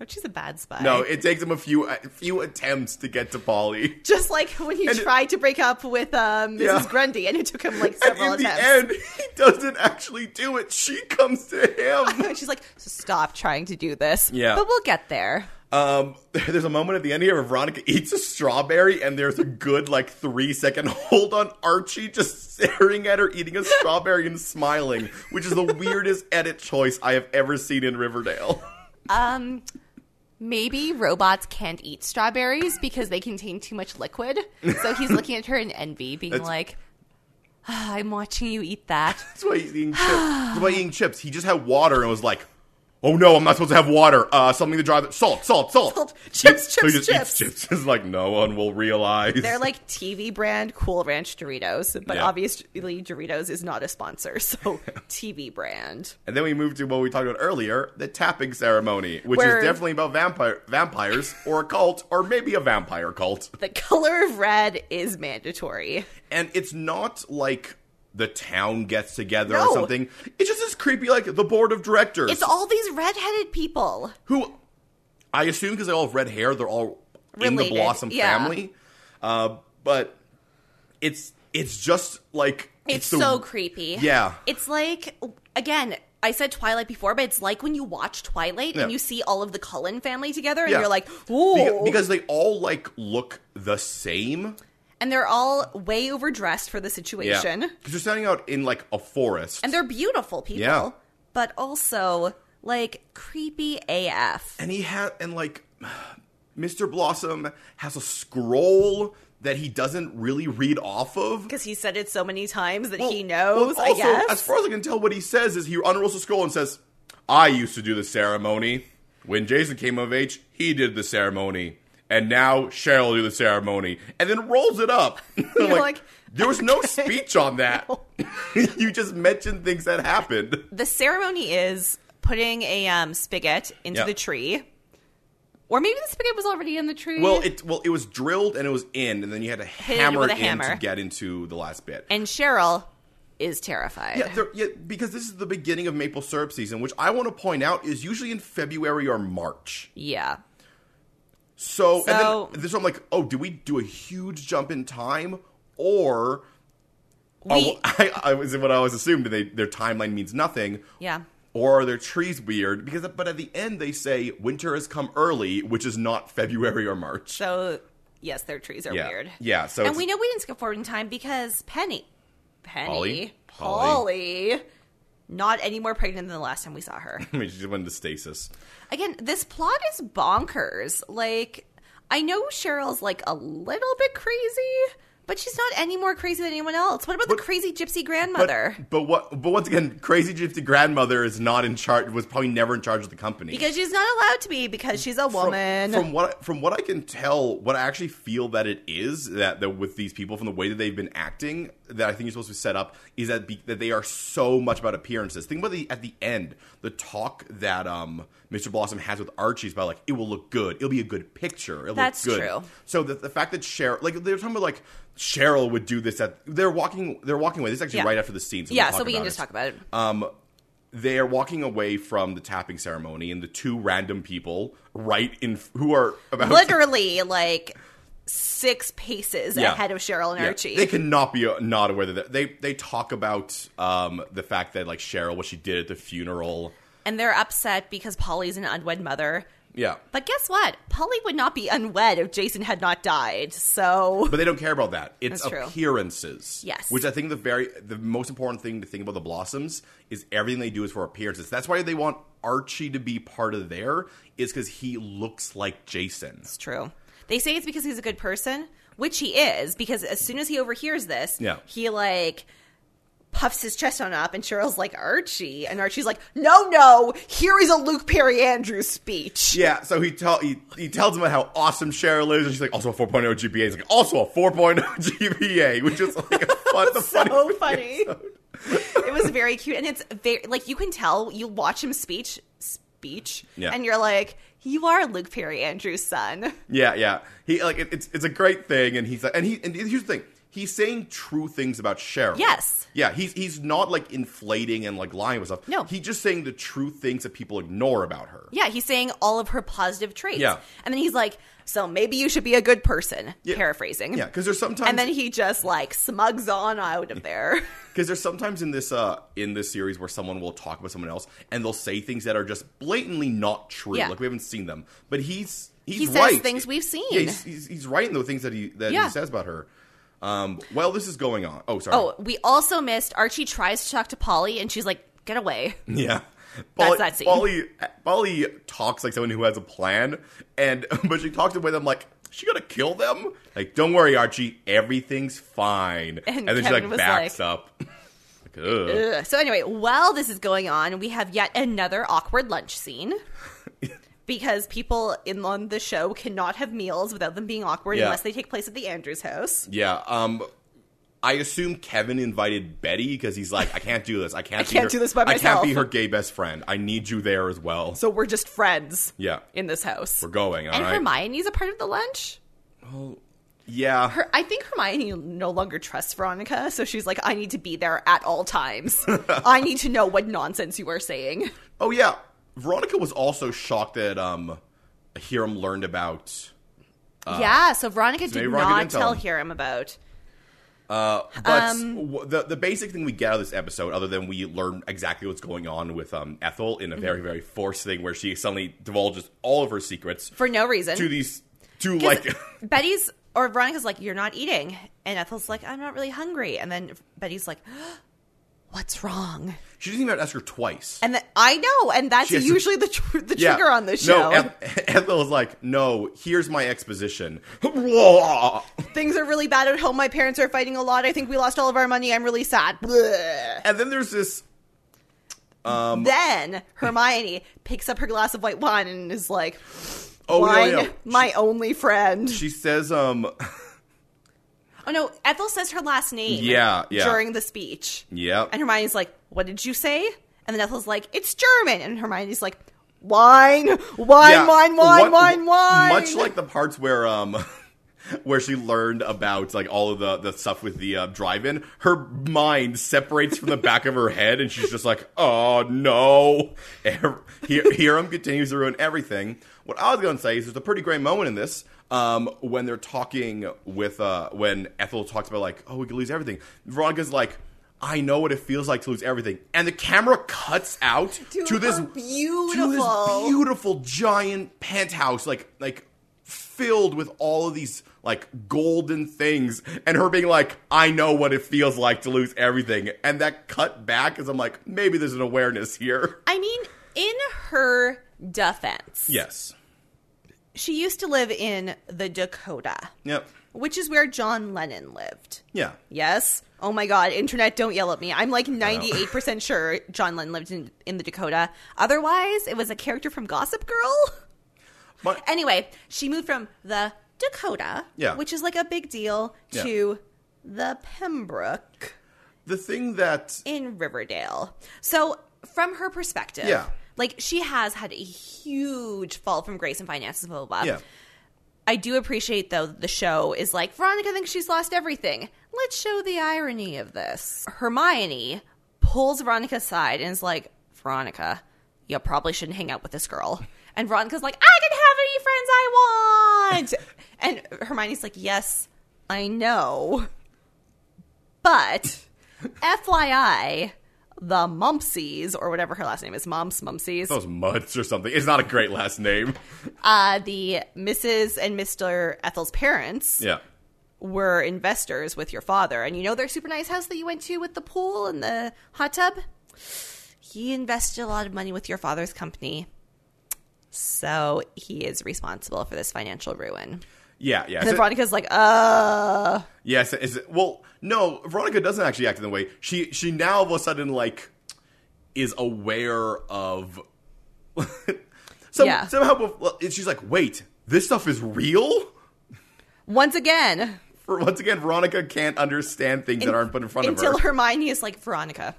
S2: Archie's a bad spy.
S1: No, it takes him a few a few attempts to get to Polly. [laughs]
S2: Just like when he
S1: And-
S2: tried to break up with um, Mrs.
S1: Yeah.
S2: Grundy, and it took him like
S1: And
S2: several
S1: in the
S2: attempts.
S1: end, he doesn't actually do it. She comes to him.
S2: [laughs] And [laughs] she's like, "Stop trying to do this."
S1: Yeah.
S2: but we'll get there.
S1: Um, there's a moment at the end here where Veronica eats a strawberry, and there's a good like three second hold on Archie just staring at her eating a strawberry and smiling, which is the weirdest edit choice I have ever seen in Riverdale.
S2: Um, maybe robots can't eat strawberries because they contain too much liquid. So [laughs] he's looking at her in envy, being
S1: That's-
S2: like, "Ah, "I'm watching you eat that."
S1: That's why he's eating
S2: [sighs]
S1: chips. That's why he's eating chips. He just had water and was like, "Oh no, I'm not supposed to have water. Uh, something to drive salt, salt, salt,
S2: Salt. Chips,
S1: So he
S2: chips,
S1: just eats chips. [laughs] It's like no one will realize.
S2: [laughs] They're like TV brand Cool Ranch Doritos, but
S1: Yeah.
S2: obviously Doritos is not a sponsor, [laughs] so TV brand.
S1: And then we move to what we talked about earlier, the tapping ceremony, which is
S2: Where-
S1: definitely about vampire vampires or a cult or maybe a vampire cult.
S2: The color of red is mandatory.
S1: And it's not like the town gets together
S2: No.
S1: or something. It's just as creepy like the board of directors
S2: It's all these redheaded people.
S1: who I assume because they all have red hair, they're all in the
S2: Related,
S1: Blossom
S2: yeah.
S1: family. Uh, but it's it's just like
S2: It's,
S1: the-
S2: so creepy.
S1: Yeah.
S2: It's like again, I said Twilight before, but it's like when you watch Twilight
S1: Yeah.
S2: and you see all of the Cullen family together and
S1: Yeah.
S2: you're like, "Ooh."
S1: Beca- because they all like look the same.
S2: and they're all way overdressed for the situation.
S1: Because you're standing out in like a forest.
S2: And they're beautiful people,
S1: Yeah.
S2: but also like creepy AF.
S1: and he had and like Mr. Blossom has a scroll that he doesn't really read off of.
S2: Because he said it so many times that he
S1: Well,
S2: knows,
S1: also,
S2: I guess.
S1: As far as I can tell, what he says is he unrolls the scroll and says, I used to do the ceremony. When Jason came of age, he did the ceremony. And now Cheryl will do the ceremony. And then rolls it up. [laughs] I'm
S2: [laughs] You're
S1: like,
S2: like,
S1: there was no speech on
S2: [laughs]
S1: that. [laughs] you just mentioned things that happened.
S2: the ceremony is putting a um, spigot into
S1: Yeah.
S2: the tree. Or maybe the spigot was already in the tree.
S1: Well, it well it was drilled and it was in, and then you had to
S2: it
S1: hammer
S2: with
S1: it,
S2: a
S1: in
S2: hammer.
S1: to get into the last bit.
S2: and Cheryl is terrified.
S1: Yeah, there, yeah, because this is the beginning of maple syrup season, which I want to point out is usually in February or March.
S2: Yeah.
S1: So,
S2: So-
S1: and then this I'm like, oh, do we do a huge jump in time or?
S2: We-
S1: oh, [laughs] I, I was what I always assumed. They, their timeline means nothing.
S2: Yeah.
S1: Or are their trees weird? Because, but at the end they say winter has come early, which is not [laughs] February or March.
S2: So yes, their trees are
S1: Yeah.
S2: weird.
S1: Yeah, so
S2: and
S1: it's-
S2: we know we didn't skip forward in time because Penny, Penny,
S1: Polly?
S2: Polly, not any more pregnant than the last time we saw her.
S1: [laughs] I mean, she just went into stasis.
S2: Again, this plot is bonkers. Like, I know Cheryl's like a little bit crazy, but she's not any more crazy than anyone else. What about the crazy gypsy grandmother?
S1: But, but what? But once again, crazy gypsy grandmother is not in charge. Was probably never in charge of the company.
S2: because she's not allowed to be because she's a
S1: from,
S2: woman.
S1: from what from what I can tell, what I actually feel that it is that, that with these people, from the way that they've been acting, that I think you're supposed to set up is that be, that they are so much about appearances. Think about the at the end, the talk that um Mr. Blossom has with Archie is about like it will look good, it'll be a good picture, it'll
S2: That's
S1: look good.
S2: true.
S1: So the, the fact that Cheryl, like they're talking about like Cheryl would do this at they're walking they're walking away. This is actually
S2: Yeah.
S1: right after the scene. So
S2: yeah,
S1: we'll
S2: so
S1: talk
S2: we can
S1: about Um,
S2: just
S1: it
S2: talk about it.
S1: they are walking away from the tapping ceremony, and the two random people right in who are about
S2: literally like six paces
S1: Yeah.
S2: ahead of Cheryl and
S1: Yeah.
S2: Archie.
S1: They cannot be uh, not aware that they they talk about um, the fact that like Cheryl, what she did at the funeral.
S2: and they're upset because Polly's an unwed mother.
S1: Yeah,
S2: But guess what? Polly would not be unwed if Jason had not died. So
S1: but they don't care about that. It's
S2: That's true.
S1: appearances.
S2: Yes.
S1: which I think the very the most important thing to think about the Blossoms is everything they do is for appearances. That's why they want Archie to be part of there is because he looks like Jason.
S2: it's true. They say it's because he's a good person, which he is, because as soon as he overhears this,
S1: Yeah.
S2: he like puffs his chest on up and Cheryl's like Archie and Archie's like, No, no, here is a Luke Perry Andrews speech.
S1: Yeah, so he tell he, he tells him about how awesome Cheryl is, and she's like, also a 4.0 GPA. He's like, also a 4.0 [laughs] GPA, which is like
S2: [laughs]
S1: a fun, the
S2: [laughs] so
S1: funny.
S2: funny. it was very cute, and it's very like you can tell you watch him speech speech,
S1: Yeah.
S2: and you're like, you are Luke Perry Andrews' son.
S1: Yeah, yeah. He like it, it's it's a great thing, and he's like, and he and here's the thing. he's saying true things about Cheryl.
S2: Yes.
S1: Yeah, he's he's not like inflating and like lying with stuff.
S2: No.
S1: He's just saying the true things that people ignore about her.
S2: Yeah, he's saying all of her positive traits.
S1: Yeah.
S2: And then he's like, so maybe you should be a good person,
S1: Yeah.
S2: paraphrasing.
S1: Yeah, because there's sometimes
S2: And then he just like smugs on out
S1: [laughs]
S2: of there.
S1: because there's sometimes in this uh in this series where someone will talk about someone else and they'll say things that are just blatantly not true
S2: Yeah.
S1: like we haven't seen them but he's he's
S2: He says
S1: right
S2: things we've seen.
S1: yeah, he's, he's, he's right in the things that he that
S2: Yeah.
S1: he says about her um while this is going on oh sorry
S2: oh, we also missed Archie tries to talk to Polly and she's like, get away.
S1: [laughs] yeah
S2: That's that scene.
S1: Polly, Polly talks like someone who has a plan, and [laughs] but she talks with them like she gonna kill them. Like, don't worry, Archie, everything's fine.
S2: And
S1: then she
S2: Kevin
S1: like
S2: was
S1: backs up. [laughs] Like, ugh.
S2: Ugh. So anyway, while this is going on, we have yet another awkward lunch scene.
S1: [laughs]
S2: Because people in on the show cannot have meals without them being awkward
S1: Yeah.
S2: unless they take place at the Andrews house.
S1: Yeah. Um, I assume Kevin invited Betty because he's like, I can't do this. I can't. I
S2: can't do this by
S1: I can't be
S2: myself."
S1: her gay best friend. I need you there as well.
S2: So we're just friends
S1: yeah,
S2: in this house.
S1: we're going. all
S2: and
S1: right.
S2: Hermione's a part of the lunch.
S1: yeah.
S2: Her, I think Hermione no longer trusts Veronica, so she's like, I need to be there at
S1: [laughs]
S2: all times. I need to know what nonsense you are saying.
S1: oh yeah. Veronica was also shocked that um, Hiram learned about.
S2: yeah, so Veronica did
S1: Uh, maybe Veronica
S2: not
S1: didn't tell
S2: tell
S1: him.
S2: Hiram about.
S1: But
S2: Um,
S1: w- the the basic thing we get out of this episode, other than we learn exactly what's going on with um, Ethel
S2: Mm-hmm.
S1: in a very very forced thing where she suddenly divulges all of her secrets
S2: For no reason.
S1: to these to
S2: 'Cause
S1: like. [laughs]
S2: Betty's or Veronica's like, You're not eating. And Ethel's like, I'm not really hungry. And then Betty's like, [gasps] What's wrong?
S1: she doesn't even have to ask her twice.
S2: And then, I know, and that's
S1: She has to-
S2: usually the tr- the
S1: Yeah.
S2: trigger on this show.
S1: No, [laughs] Eth- Ethel is like, no, here's my exposition. [laughs] Blah.
S2: Things are really bad at home. My parents are fighting a lot. I think we lost all of our money. I'm really sad. Bleh.
S1: and then there's this.
S2: then Hermione picks up her glass of white wine and is like,
S1: Oh
S2: "Wine,
S1: no, no, no.
S2: [laughs] my only friend."
S1: She says, um,
S2: oh no, Ethel says her last name.
S1: Yeah, yeah.
S2: During the speech,
S1: yeah,
S2: and Hermione's like, "What did you say?" And then Ethel's like, "It's German," and Hermione's like, "Wine, wine,
S1: yeah,
S2: wine, wine,
S1: what-
S2: wine, wine."
S1: Much like the parts where um. [laughs] Where she learned about like all of the, the stuff with the uh, drive-in, her mind separates from the back of her head, and she's just like, "Oh no!" Ev- Hir- Hiram continues to ruin everything. What I was going to say is, there's a pretty great moment in this um, when they're talking with uh, when Ethel talks about like, oh, we could lose everything. Veronica's like, I know what it feels like to lose everything, and the camera cuts out
S2: To
S1: to this
S2: her
S1: to this
S2: beautiful-
S1: beautiful giant penthouse, like like filled with all of these like golden things, and her being like, I know what it feels like to lose everything, and that cut back is I'm like, maybe there's an awareness here.
S2: I mean, in her defense,
S1: Yes.
S2: she used to live in the Dakota,
S1: Yep.
S2: which is where John Lennon lived.
S1: Yeah.
S2: Yes. Oh my God. Internet, don't yell at me. I'm like 98% [laughs] sure John Lennon lived in, in the Dakota. Otherwise, it was a character from Gossip Girl. [laughs]
S1: But
S2: Anyway, she moved from the Dakota,
S1: Yeah.
S2: which is like a big deal,
S1: Yeah.
S2: to the Pembroke
S1: the thing that
S2: in Riverdale. So, from her perspective,
S1: Yeah.
S2: like she has had a huge fall from grace and finances, blah, blah, blah.
S1: yeah.
S2: I do appreciate though that the show is like Veronica thinks she's lost everything. Let's show the irony of this. Hermione pulls Veronica aside and is like, "Veronica, you probably shouldn't hang out with this girl." And Veronica's like, "I can have any friends I want." and Hermione's like, "Yes, I know, but FYI, the Mumpsies or whatever her last name is, Moms Mumpsies,
S1: Those mutts or something. It's not a great last name.
S2: uh, the Mrs. and Mister Ethel's parents."
S1: Yeah.
S2: were investors with your father, and you know their super nice house that you went to with the pool and the hot tub? He invested a lot of money with your father's company. So he is responsible for this financial ruin.
S1: Yeah, yeah.
S2: And then
S1: So-
S2: Veronica's like, uh.
S1: Yes, is it, well, no, Veronica doesn't actually act in the way. She she now all of a sudden like is aware of [laughs] some,
S2: Yeah.
S1: somehow bef- and she's like, "Wait, this stuff is real?"
S2: Once again,
S1: For once again, Veronica can't understand things that aren't put in front of her.
S2: until Hermione is like, Veronica,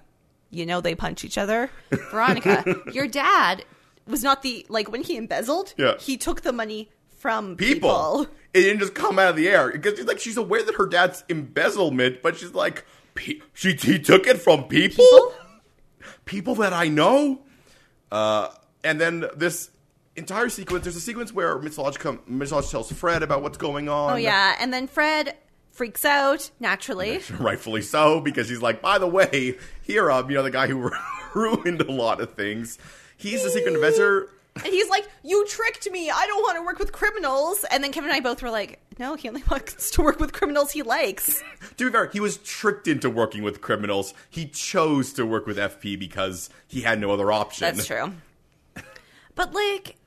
S2: you know they punch each other.
S1: [laughs]
S2: Veronica, your dad was not the, like, when he embezzled,
S1: Yeah.
S2: he took the money from
S1: people. It didn't just come out of the air because like she's aware that her dad's embezzlement, but she's like, "Pe- she he took it from people,
S2: People?
S1: people that I know. Uh, and then this entire sequence, there's a sequence where Miss Lodge come, Miss Lodge tells Fred about what's going on.
S2: Oh yeah, and then Fred freaks out naturally.
S1: rightfully so because she's like, by the way, here um, you know the guy who [laughs] ruined a lot of things. He's the secret investor.
S2: [laughs] And he's like, "You tricked me. I don't want to work with criminals." And then Kevin and I both were like, "No, he only [laughs] wants to work with criminals he likes."
S1: To be fair, he was tricked into working with criminals. He chose to work with FP because he had no other option.
S2: That's true. But like,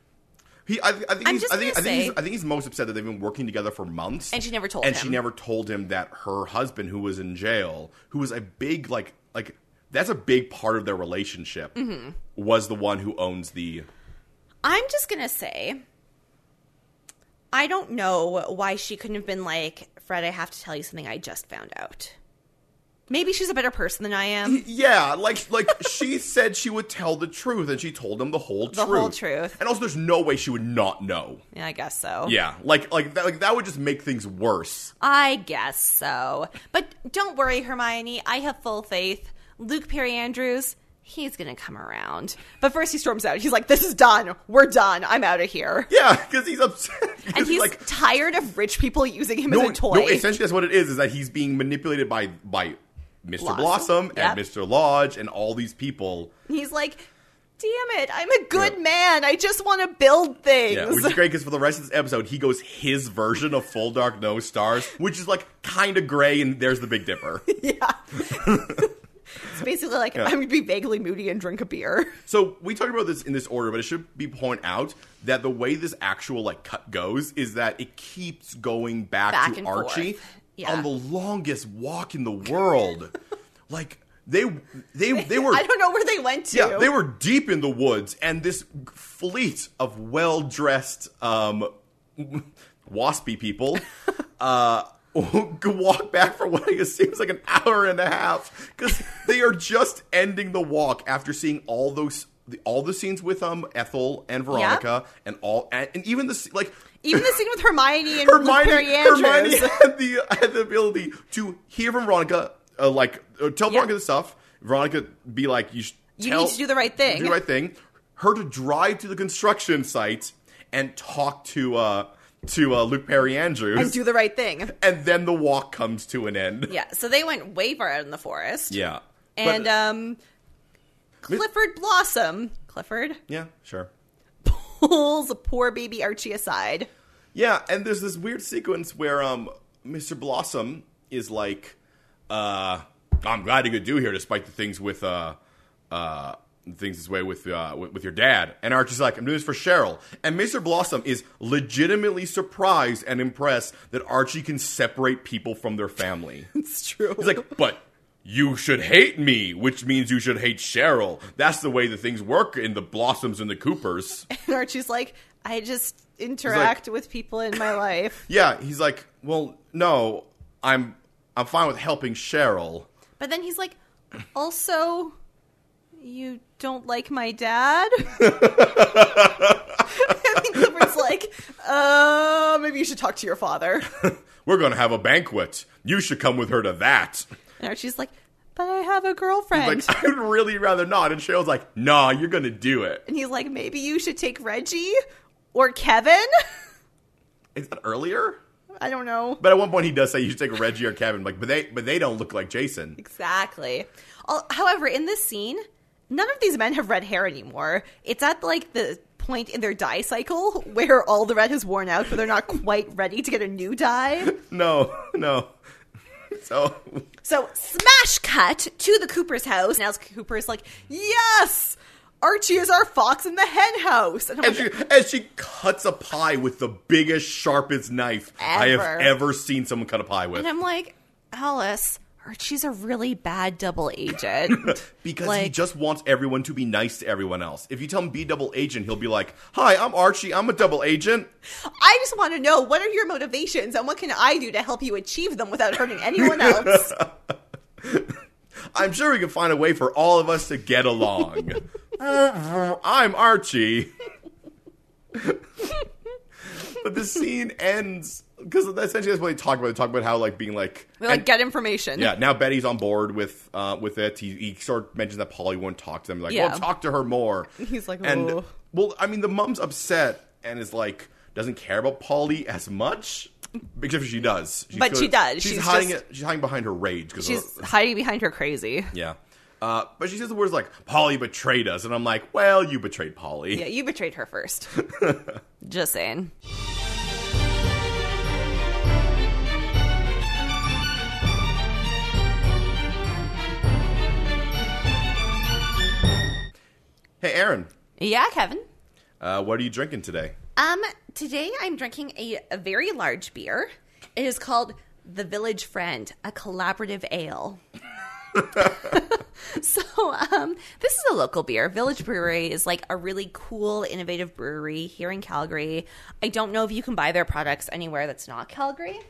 S1: He, I, I think,
S2: I'm
S1: he's,
S2: just
S1: I, think, I,
S2: gonna
S1: think he's,
S2: say-
S1: I think he's most upset that they've been working together for months,
S2: And she never told
S1: and she
S2: him.
S1: never told him that her husband, who was in jail, who was a big like like that's a big part of their relationship,
S2: Mm-hmm.
S1: was the one who owns the.
S2: I'm just gonna say, I don't know why she couldn't have been like, Fred, I have to tell you something I just found out. Maybe she's a better person than
S1: [laughs]
S2: I am.
S1: Yeah, like like [laughs] she said she would tell the truth, and she told him the whole
S2: The
S1: truth.
S2: whole truth. Oh.
S1: and also there's no way she would not know.
S2: Yeah, I guess so.
S1: Yeah, like like that like that would just make things worse.
S2: I guess so. But don't worry, Hermione. I have full faith. Luke Perry Andrews, he's gonna come around. But first he storms out. He's like, This is done. We're done. I'm out of
S1: [laughs]
S2: here.
S1: Yeah, because [laughs] he's upset.
S2: And
S1: Because
S2: he's
S1: like
S2: tired of rich people using him as a toy.
S1: essentially that's what it is, is that he's being manipulated by by Mr.
S2: Blossom.
S1: Blossom
S2: Yep.
S1: and Mr. Lodge and all these people.
S2: He's like, damn it, I'm a good
S1: Yeah.
S2: man. I just want to build things.
S1: Yeah, which is great because for the rest of this episode, he goes his version of Full Dark No Stars, which is like kind of gray, and there's the Big Dipper.
S2: [laughs] Yeah. [laughs] it's basically like, I'm going to be vaguely moody and drink a beer.
S1: so we talked about this in this order, but it should be point out that the way this actual like cut goes is that it keeps going back,
S2: Back
S1: to
S2: and
S1: Archie
S2: forth. Yeah.
S1: on the longest walk in the world.
S2: [laughs]
S1: like they they they were
S2: I don't know where they went to.
S1: Yeah, they were deep in the woods, and this fleet of well dressed, um, waspy people. uh, Walk back for what I seems like an hour and a half because they are just ending the walk after seeing all those the, all the scenes with um Ethel and Veronica and all and, and even the s- like
S2: Even the scene with Hermione and Luke
S1: Hermione,
S2: Perry Andrews.
S1: Hermione had the had the ability to hear from Veronica, uh, like uh, tell
S2: Yeah.
S1: Veronica the stuff. Veronica be like, "You, sh-
S2: You
S1: tell-
S2: need to do the right thing.
S1: Do the right thing." Her to drive to the construction site and talk to uh, to uh, Luke Perry Andrews,
S2: And [laughs] do the right thing.
S1: and then the walk comes to an end.
S2: Yeah, so they went way far out in the forest.
S1: Yeah.
S2: And
S1: But-
S2: um, Clifford Blossom, Clifford,
S1: yeah, sure.
S2: pulls poor baby Archie aside.
S1: Yeah, and there's this weird sequence where um Mr. Blossom is like, uh I'm glad you could do here despite the things with uh uh things this way with uh with, with your dad. And Archie's like, I'm doing this for Cheryl. And Mr. Blossom is legitimately surprised and impressed that Archie can separate people from their family.
S2: It's true.
S1: He's like, but you should hate me, which means you should hate Cheryl. That's the way the things work in the Blossoms and the Coopers.
S2: [laughs] and Archie's like, I just interact with people in my life.
S1: Yeah, he's like, well, no, I'm I'm fine with helping Cheryl.
S2: But then he's like, also, you don't like my dad? [laughs] and then Clifford's like, uh, maybe you should talk to your father.
S1: We're gonna have a banquet. You should come with her to that.
S2: And Archie's like, but I have a girlfriend.
S1: Like, [laughs] I would really rather not. And Cheryl's like, nah, you're gonna do it.
S2: and he's like, maybe you should take Reggie or Kevin? [laughs]
S1: Is that earlier?
S2: I don't know.
S1: But at one point he does say you should take Reggie or Kevin. Like, but they but they don't look like Jason.
S2: Exactly. Al- However, in this scene, none of these men have red hair anymore. It's at like the point in their dye cycle where all the red has worn out, but they're not quite ready to get a new dye.
S1: No, [laughs] no. So
S2: So, smash cut to the Cooper's house. Now Cooper's like, "Yes, Archie is our fox in the hen house." And I'm
S1: and
S2: like,
S1: she, and she cuts a pie with the biggest, sharpest knife I have
S2: Ever.
S1: ever seen someone cut a pie with.
S2: and I'm like, Alice, Archie's a really bad double agent.
S1: Because he
S2: Like-
S1: just wants everyone to be nice to everyone else. If you tell him be double agent, he'll be like, "Hi, I'm Archie. I'm a double agent."
S2: I just want to know what are your motivations and what can I do to help you achieve them without hurting anyone else.
S1: I'm sure we can find a way for all of us to get along. [laughs] I'm Archie. but [laughs] But the scene ends because essentially that's what they talk about. They talk about how like being like
S2: We like
S1: and-
S2: get [laughs] information.
S1: yeah, now Betty's on board with uh, with it. He, he sort of mentions that Polly won't talk to them. Like,
S2: Yeah.
S1: well, talk to her more.
S2: [laughs] He's like,
S1: and
S2: "Ooh."
S1: well, I mean, the mom's upset and is like doesn't care about Polly as much, except for she does.
S2: But she does.
S1: She's,
S2: She's
S1: hiding
S2: just-
S1: it. She's hiding behind her rage because
S2: She's hiding behind her crazy.
S1: yeah. Uh, but she says the words like Polly betrayed us, and I'm like, well, you betrayed Polly.
S2: Yeah, you betrayed her
S1: [laughs]
S2: first. Just saying.
S1: Hey, Aaron,
S2: Yeah, Kevin.
S1: uh, what are you drinking today?
S2: Um, today I'm drinking a, a very large beer. It is called The Village Friend, a collaborative
S1: [laughs]
S2: ale. [laughs] so, um, this is a local beer. Village Brewery is like a really cool, innovative brewery here in Calgary. I don't know if you can buy their products anywhere that's not Calgary.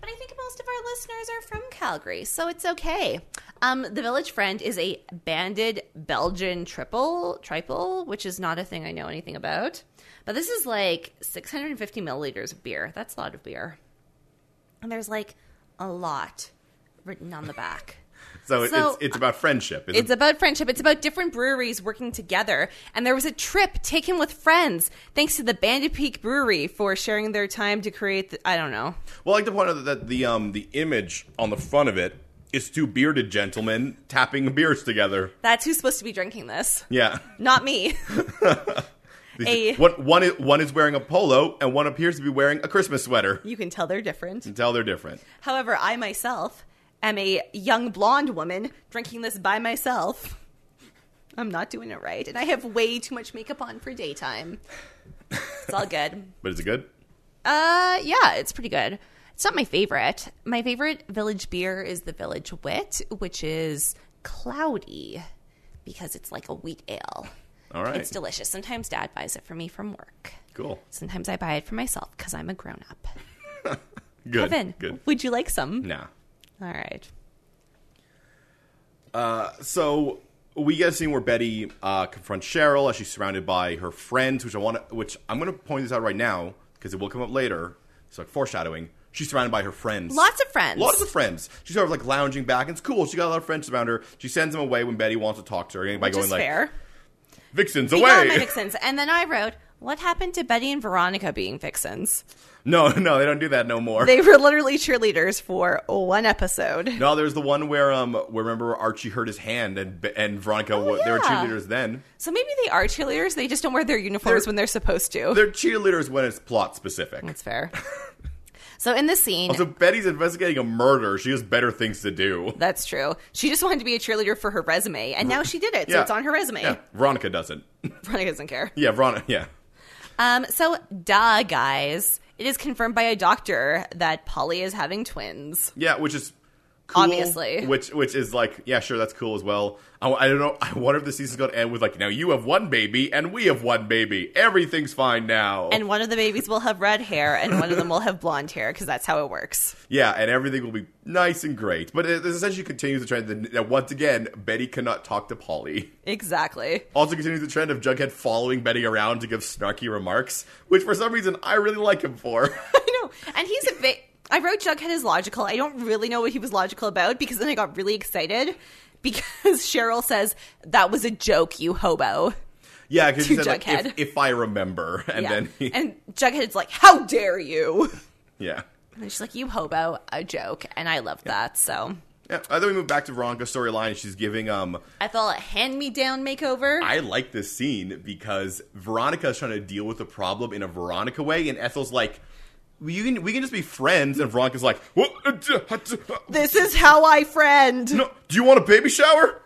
S2: But I think most of our listeners are from Calgary, so it's okay. Um, the Village Friend is a banded Belgian triple, triple, which is not a thing I know anything about. But this is like 650 milliliters of beer. That's a lot of beer. And there's like a lot written on the back.
S1: So, it-
S2: So,
S1: it's it's about friendship.
S2: It's about friendship. It's about different breweries working together. And there was a trip taken with friends thanks to the Bandit Peak Brewery for sharing their time to create. The, I don't know.
S1: Well, I like to point out that the um the image on the front of it is two bearded gentlemen tapping beers together.
S2: That's who's supposed to be drinking this.
S1: Yeah,
S2: Not me. [laughs] A-
S1: one one is, one is wearing a polo and one appears to be wearing a Christmas sweater. You
S2: You can tell they're different.
S1: can tell they're different.
S2: However, I myself am a young blonde woman drinking this by myself. I'm not doing it right, and I have way too much makeup on for daytime. It's
S1: [laughs]
S2: all good.
S1: But is it good?
S2: Uh, yeah, it's pretty good. It's not my favorite. My favorite village beer is the Village Wit, which is cloudy because it's like a wheat ale.
S1: All right,
S2: It's delicious. Sometimes dad buys it for me from work.
S1: cool,
S2: Sometimes I buy it for myself because I'm a grown up.
S1: good,
S2: Kevin,
S1: good.
S2: would you like some?
S1: Nah.
S2: All right.
S1: So we get a scene where Betty uh, confronts Cheryl as she's surrounded by her friends, which I want to, which I'm going to point this out right now because it will come up later. It's like foreshadowing. She's surrounded by her friends.
S2: Lots of friends.
S1: Lots of friends. She's sort of like lounging back. It's cool. She got a lot of friends around her. She sends them away when Betty wants to talk to her by
S2: Which
S1: going
S2: is
S1: like,
S2: fair.
S1: "Vixen's
S2: Yeah,
S1: [laughs]
S2: my
S1: away."
S2: vixens. And then I wrote, what happened to Betty and Veronica being vixens?
S1: no, no, they don't do that no more.
S2: They were literally cheerleaders for one episode.
S1: no, there's the one where um, where remember Archie hurt his hand and Be- and Veronica. wa- They were
S2: Oh, yeah.
S1: cheerleaders then.
S2: So maybe they are cheerleaders. They just don't wear their uniforms
S1: They're-
S2: when they're supposed to.
S1: They're cheerleaders when it's plot specific.
S2: That's fair. so in this scene,
S1: So Betty's investigating a murder. She has better things to do.
S2: that's true. She just wanted to be a cheerleader for her resume, and now she did it. So it's on her resume.
S1: Yeah, Veronica doesn't.
S2: Veronica doesn't care.
S1: Yeah, Veronica. Yeah,
S2: Um, so, duh, guys. It is confirmed by a doctor that Polly is having twins.
S1: yeah, which is cool,
S2: Obviously.
S1: Which which is like, yeah, sure, that's cool as well. I, I don't know. I wonder if the season's going to end with like, now you have one baby and we have one baby. Everything's fine now.
S2: And one of the babies will have red hair, and one of them will have blonde hair, because that's how it works.
S1: yeah, and everything will be nice and great. But it, this essentially continues the trend that, that once again Betty cannot talk to Polly.
S2: Exactly. [laughs]
S1: Also continues the trend of Jughead following Betty around to give snarky remarks, which for some reason I really like him for. [laughs]
S2: I know. And he's a bit. I wrote Jughead as logical. I don't really know what he was logical about because then I got really excited because [laughs] Cheryl says, That was a joke, you hobo.
S1: Yeah, because he
S2: To
S1: said like,
S2: Jughead.
S1: if, if I remember, [laughs] and
S2: Yeah.
S1: then he,
S2: and Jughead's like, How dare you?
S1: yeah,
S2: And she's like, You hobo, a joke. And I loved that. So
S1: yeah. And then we move back to Veronica's storyline. She's giving um.
S2: I felt a hand me down makeover.
S1: I like this scene because Veronica is trying to deal with the problem in a Veronica way, and Ethel's like, "We can we can just be friends," and Veronica's like, "What? Uh, d- uh, d- uh,
S2: this is how I friend.
S1: No, do you want a baby shower?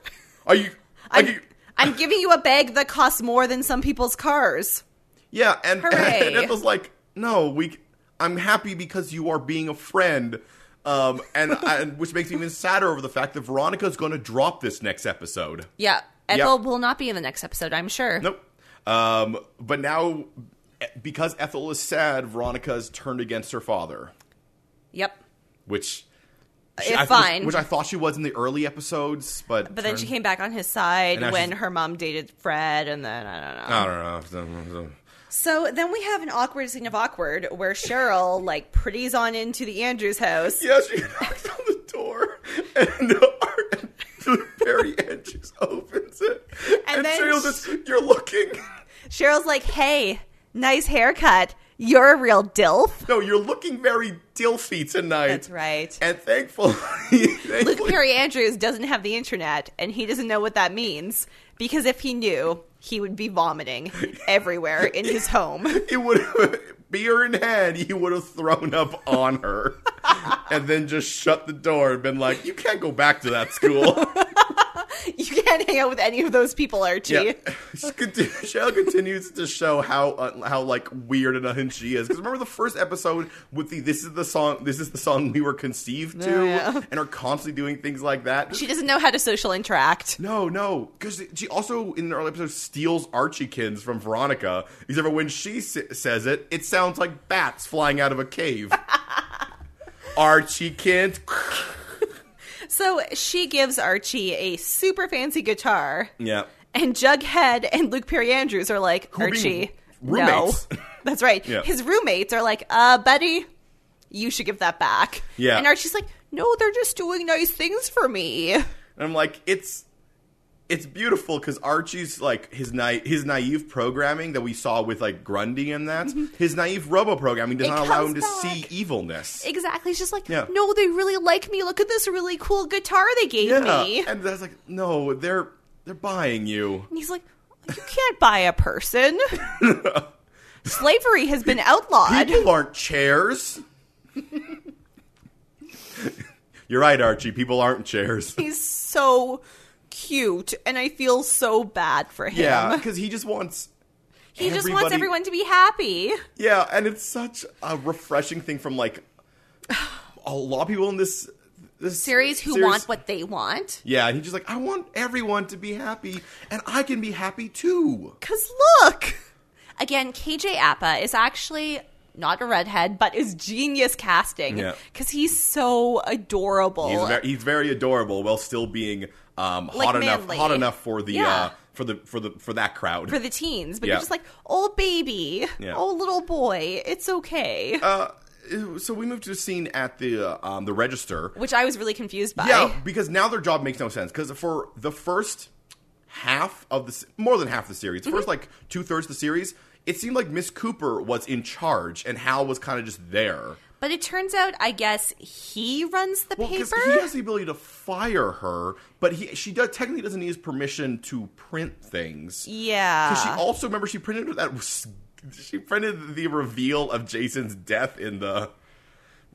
S1: Are you? Are
S2: I'm,
S1: you
S2: I'm giving you a bag that costs more than some people's cars.
S1: yeah." And, [laughs]
S2: Hooray.
S1: and Ethel's like, "No, we. c- I'm happy because you are being a friend." Um, and, [laughs] and which makes me even sadder over the fact that Veronica's going to drop this next episode.
S2: Yeah.
S1: Yeah.
S2: Ethel will not be in the next episode, I'm sure.
S1: Nope. Um, but now, e- because Ethel is sad, Veronica is turned against her father,
S2: Yep.
S1: which
S2: Eh,
S1: I- which-
S2: fine.
S1: which, I thought she was in the early episodes, but
S2: But then
S1: turned-
S2: she came back on his side
S1: And now
S2: when
S1: she's-
S2: her mom dated Fred, and then I don't know.
S1: I don't know.
S2: So then we have an awkward scene of awkward where Cheryl like pretties on into the Andrews [laughs] house.
S1: Yeah, she [laughs] knocks on the door, and the art the very end just opens it,
S2: And
S1: and,
S2: then
S1: Cheryl
S2: she-
S1: just you're looking.
S2: Cheryl's like, "Hey, nice haircut. You're a real dilf."
S1: No, you're looking very dilfy tonight.
S2: That's right.
S1: And thankfully, [laughs]
S2: Luke
S1: thankfully
S2: Perry Andrews doesn't have the internet, and he doesn't know what that means because if he knew, he would
S1: [laughs]
S2: be vomiting everywhere in his home. [laughs]
S1: it would have beer in hand. He would have thrown up on her, and then just shut the door and been like, "You can't go back to that
S2: [laughs]
S1: school."
S2: You can't hang out with any of those people, Archie.
S1: Yeah. She conti- Cheryl continues to show how uh, how like weird and unhinged she is. Because remember the first episode with the this is the song this is the song we were conceived to,
S2: Oh, yeah.
S1: and are constantly doing things like that.
S2: She doesn't know how to social interact.
S1: no, no, because she also in the early episode steals Archiekins from Veronica. Except for when she s- says it, it sounds like bats flying out of a
S2: [laughs]
S1: cave. Archiekins.
S2: So she gives Archie a super fancy guitar,
S1: yeah.
S2: and Jughead and Luke Perry Andrews are like,
S1: are
S2: Archie,
S1: being roommates."
S2: no. [laughs] That's right.
S1: Yeah.
S2: His roommates are like, uh, buddy, you should give that back.
S1: Yeah.
S2: And Archie's like, no, they're just doing nice things for me.
S1: And I'm like, it's it's beautiful because Archie's like his na- his naive programming that we saw with like Grundy and that his naive robo programming does
S2: Mm-hmm. It
S1: not allow him
S2: comes
S1: to see
S2: back.
S1: evilness.
S2: Exactly. It's just like,
S1: Yeah.
S2: no, they really like me. Look at this really cool guitar they gave
S1: yeah,
S2: me. And
S1: and that's like, no, they're they're buying you.
S2: he's like, you can't buy
S1: [laughs]
S2: a person. Slavery has been outlawed.
S1: People aren't chairs. You're right, Archie. People aren't
S2: [laughs]
S1: chairs.
S2: He's so cute, and I feel so bad for him.
S1: Yeah, because he just wants.
S2: he just wants
S1: everybody-
S2: everyone to be happy.
S1: Yeah, and it's such a refreshing thing from like a lot of people in this this
S2: Series who
S1: series-
S2: want what they want.
S1: Yeah, and he's just like, I want everyone to be happy, and I can be happy too.
S2: Because look! Again, KJ Appa is actually not a redhead, but is genius casting.
S1: Yeah.
S2: Because he's so adorable.
S1: He's very, he's very adorable while still being um,
S2: Like
S1: hot enough,
S2: manly.
S1: hot enough for the
S2: Yeah.
S1: uh, for the for the for that crowd.
S2: for the teens, but
S1: Yeah.
S2: you're just like, oh baby,
S1: Yeah.
S2: oh little boy, it's okay.
S1: Uh, so we moved to a scene at the uh, um, the register.
S2: Which I was really confused by.
S1: Yeah, because now their job makes no sense. Because for the first half of the se- more than half the series,
S2: Mm-hmm.
S1: the first like two thirds of the series, it seemed like Miss Cooper was in charge, and Hal was kind of just there.
S2: But it turns out, I guess he runs the
S1: Well,
S2: paper.
S1: he has the ability to fire her, but he she does, technically doesn't need his permission to print things.
S2: yeah.
S1: 'Cause she also remember she printed that was- she printed the reveal of Jason's death in the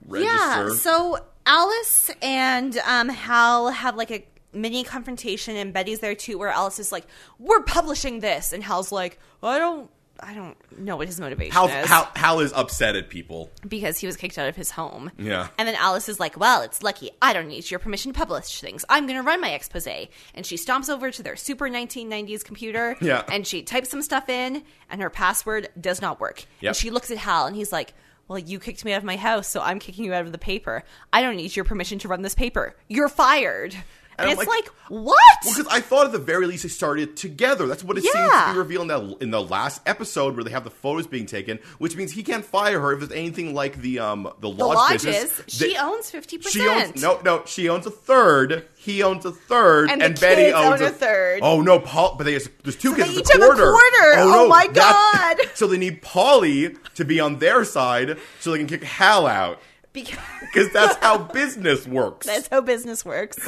S1: register.
S2: yeah. So Alice and um, Hal have like a mini confrontation, and Betty's there too, where Alice is like, "We're publishing this," and Hal's like, "I don't." I don't know what his motivation
S1: Hal,
S2: is
S1: Hal, Hal is upset at people.
S2: because he was kicked out of his home.
S1: Yeah.
S2: And then Alice is like, Well, it's lucky. I don't need your permission to publish things. I'm going to run my expose. And she stomps over to their super 1990s computer.
S1: [laughs] Yeah.
S2: And she types some stuff in, and her password does not work.
S1: Yep.
S2: And she looks at Hal, and he's like, Well, you kicked me out of my house, so I'm kicking you out of the paper. I don't need your permission to run this paper. You're fired. And,
S1: And I'm
S2: it's like,
S1: like-
S2: What?
S1: Because I thought at the very least they started together. That's what it seems
S2: Yeah.
S1: to be revealed in the, in the last episode where they have the photos being taken, which means he can't fire her if it's anything like the um the lodge
S2: the lodges,
S1: business.
S2: she
S1: They-
S2: owns 50%.
S1: She owns no, no. She owns a third. He owns a third,
S2: And
S1: and,
S2: the
S1: Betty
S2: kids
S1: owns
S2: own a third.
S1: Oh no, Paul! But they, there's two
S2: So
S1: kids.
S2: they
S1: it's
S2: each have a
S1: quarter.
S2: quarter. Oh, my
S1: that-
S2: God.
S1: [laughs] so they need Polly to be on their side, so they can kick Hal out,
S2: Because.
S1: because that's how business works.
S2: That's how business works.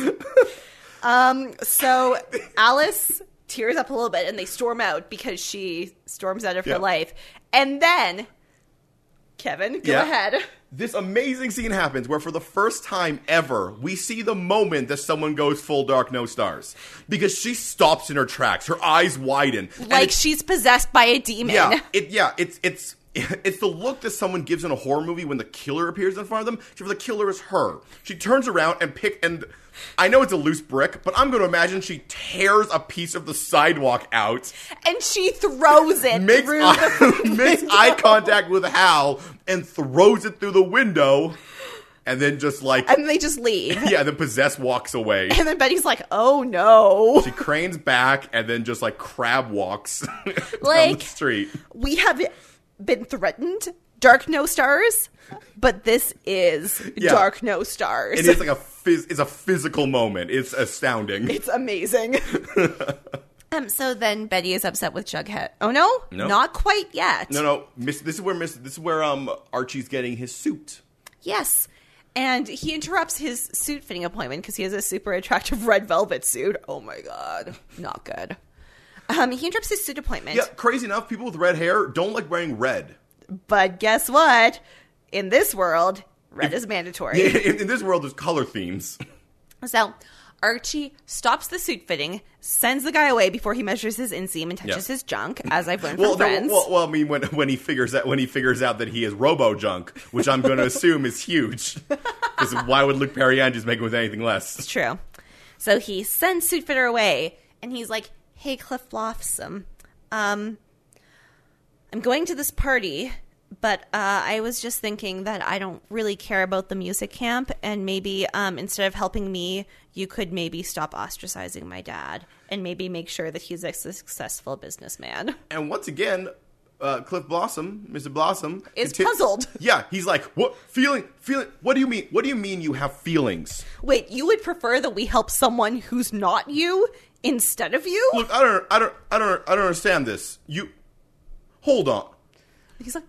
S2: um, so Alice tears up a little bit and they storm out because she storms out of
S1: Yeah.
S2: her life. And then, Kevin, go
S1: Yeah.
S2: ahead.
S1: this amazing scene happens where, for the first time ever, we see the moment that someone goes full dark, no stars, because she stops in her tracks. Her eyes widen, and
S2: Like
S1: it's-
S2: she's possessed by a demon.
S1: Yeah, it, yeah, it's it's [laughs] it's the look that someone gives in a horror movie when the killer appears in front of them. Except for the killer is her. She turns around and pick and I know it's a loose brick, but I'm going to imagine she tears a piece of the sidewalk out,
S2: And she throws
S1: [laughs]
S2: it
S1: makes
S2: through
S1: [laughs] eye, makes eye contact with Hal, and throws it through the window. and then just like
S2: and they just leave.
S1: [laughs] yeah, then possess walks away.
S2: And then Betty's like, "Oh no,
S1: She cranes back and then just like crab walks [laughs] down
S2: Like-
S1: the street.
S2: we have been threatened." Dark no stars, but this is
S1: Yeah.
S2: dark no stars.
S1: It is like a phys- it's a physical moment. It's astounding.
S2: It's amazing. [laughs] um, so then Betty is upset with Jughead. Oh no,
S1: No.
S2: not quite yet.
S1: No, no, Miss. This is where Miss. This is where um Archie's getting his suit.
S2: Yes. And he interrupts his suit fitting appointment because he has a super attractive red velvet suit. Oh my god, not good. Um, he interrupts his suit appointment,
S1: Yeah, crazy enough, people with red hair don't like wearing red.
S2: but guess what? In this world, red is mandatory.
S1: In, in this world, there's color
S2: [laughs]
S1: themes.
S2: So Archie stops the suit fitting, sends the guy away before he measures his inseam and touches
S1: Yes.
S2: his junk, as I've learned
S1: Well,
S2: from
S1: no,
S2: friends.
S1: well, well, I mean, when when he figures out when he figures out that he is Robo Junk, which I'm going to assume is huge, because why would Luke Perriand just make it with anything less?
S2: It's true. So he sends Suitfitter away, and he's like, "Hey, Cliff Blossom, um, I'm going to this party, but uh, I was just thinking that I don't really care about the music camp, and maybe um, instead of helping me, you could maybe stop ostracizing my dad, and maybe make sure that he's a successful businessman."
S1: And once again, uh, Cliff Blossom, Mr. Blossom,
S2: Is
S1: conti-
S2: puzzled.
S1: [laughs] Yeah, he's like, "What feeling? Feeling? What do you mean? What do you mean you have feelings?"
S2: Wait, you would prefer that we help someone who's not you instead of you?
S1: Look, I don't, I don't, I don't, I don't understand this. You, hold on.
S2: He's like,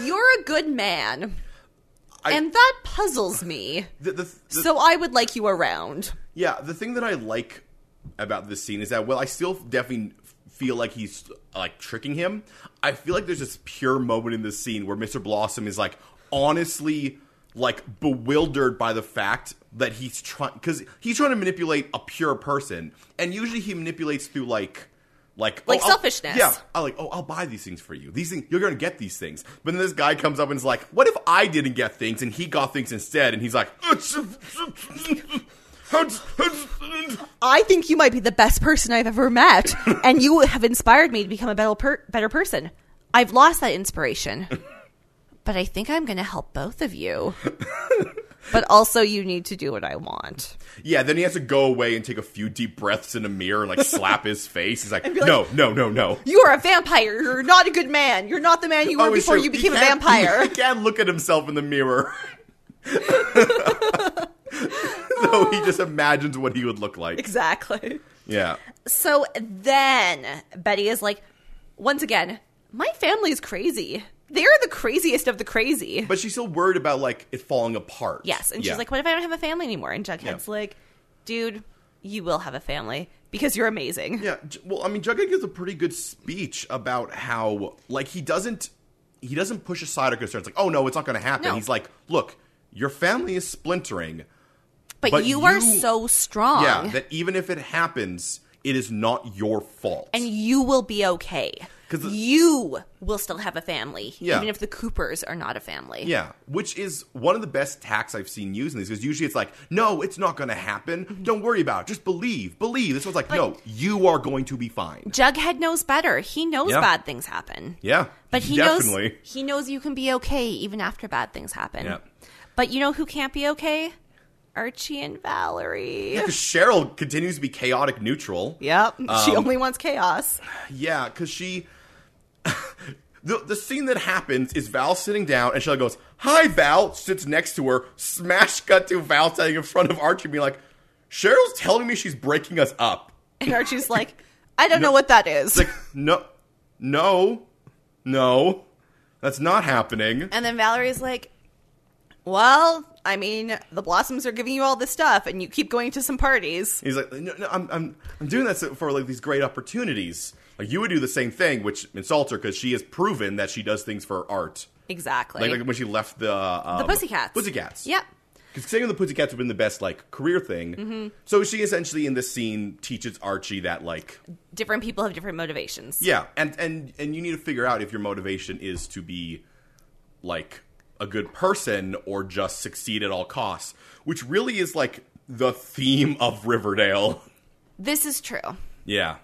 S2: "You're a good man."
S1: I-
S2: and that puzzles me.
S1: The, the, the,
S2: So I would like you around.
S1: Yeah, the thing that I like about this scene is that well, I still definitely feel like he's like tricking him. I feel like there's this pure moment in this scene where Mr. Blossom is like honestly like bewildered by the fact that he's trying because he's trying to manipulate a pure person, and usually he manipulates through like. Like, oh,
S2: Like
S1: I'll-
S2: selfishness.
S1: yeah. I like, oh, I'll buy these things for you. These things you're gonna get these things. But then this guy comes up and is like, what if I didn't get things and he got things instead? And he's like, [laughs]
S2: I think you might be the best person I've
S1: [laughs]
S2: ever met, and you have inspired me to become a better, per- better person. I've lost that
S1: [laughs]
S2: inspiration, but I think I'm going to help both of you. but also, you need to do what I want.
S1: yeah. Then he has to go away and take a few deep breaths in a mirror and like slap his face. He's like, no, no, no, no.
S2: You are a vampire. You're not a good man. You're not the man you were
S1: [laughs] Oh, it's
S2: before
S1: true.
S2: you became
S1: he
S2: a
S1: can't-
S2: vampire.
S1: He [laughs] can't look at himself in the mirror. [laughs] so he
S2: [laughs]
S1: just imagines what he would look like.
S2: exactly.
S1: Yeah.
S2: So then Betty is like, once again, my family's crazy. They're the craziest of the crazy.
S1: But she's still worried about like it falling apart.
S2: Yes. And
S1: Yeah.
S2: she's like, What if I don't have a family anymore? And Jughead's
S1: Yeah.
S2: like, Dude, you will have a family because you're amazing.
S1: Yeah, J- well, I mean, Jughead gives a pretty good speech about how, like, he doesn't he doesn't push aside her concerns. Like, oh no, it's not going to happen.
S2: No.
S1: He's like, look, your family is splintering.
S2: But,
S1: But
S2: you, are
S1: you-
S2: so strong.
S1: Yeah, that even if it happens, it is not your fault.
S2: and you will be okay.
S1: 'Cause the-
S2: you will still have a family,
S1: Yeah.
S2: even if the Coopers are not a family.
S1: yeah, which is one of the best tacks I've seen used in these because usually it's like, no, it's not going to happen.
S2: Mm-hmm.
S1: Don't worry about it. Just believe, believe. This one's like, no, you are going to be fine.
S2: Jughead knows better. He knows
S1: Yeah.
S2: bad things happen.
S1: Yeah,
S2: But he
S1: definitely. [laughs]
S2: knows he knows you can be okay even after bad things happen.
S1: Yeah.
S2: But you know who can't be okay? Archie and
S1: [laughs]
S2: Valerie.
S1: Because Cheryl continues to be chaotic neutral.
S2: Yep. she
S1: Um,
S2: only wants chaos.
S1: Yeah, because she. [laughs] the, the scene that happens is Val sitting down, and Shelley goes, Hi, Val, sits next to her, smash cut to Val standing in front of Archie, being like, Cheryl's telling me she's breaking us up.
S2: And
S1: [laughs]
S2: Archie's like, I don't know what that is.
S1: Like, [laughs] no, no, no, that's not happening.
S2: and then Valerie's like, Well, I mean, the Blossoms are giving you all this stuff, and you keep going to some parties.
S1: He's like, no, no, I'm, I'm, I'm doing that for like these great opportunities. Like you would do the same thing, which insults her because she has proven that she does things for art.
S2: Exactly.
S1: Like, like when she left the um,
S2: the Pussycats.
S1: Pussycats.
S2: Yep.
S1: Because singing the Pussycats would have been the best like career thing.
S2: Mm-hmm.
S1: So she essentially in this scene teaches Archie that like
S2: Different people have different motivations.
S1: yeah, and and and you need to figure out if your motivation is to be like a good person or just succeed at all costs, which really is like the theme of
S2: [laughs]
S1: Riverdale.
S2: This is true.
S1: yeah,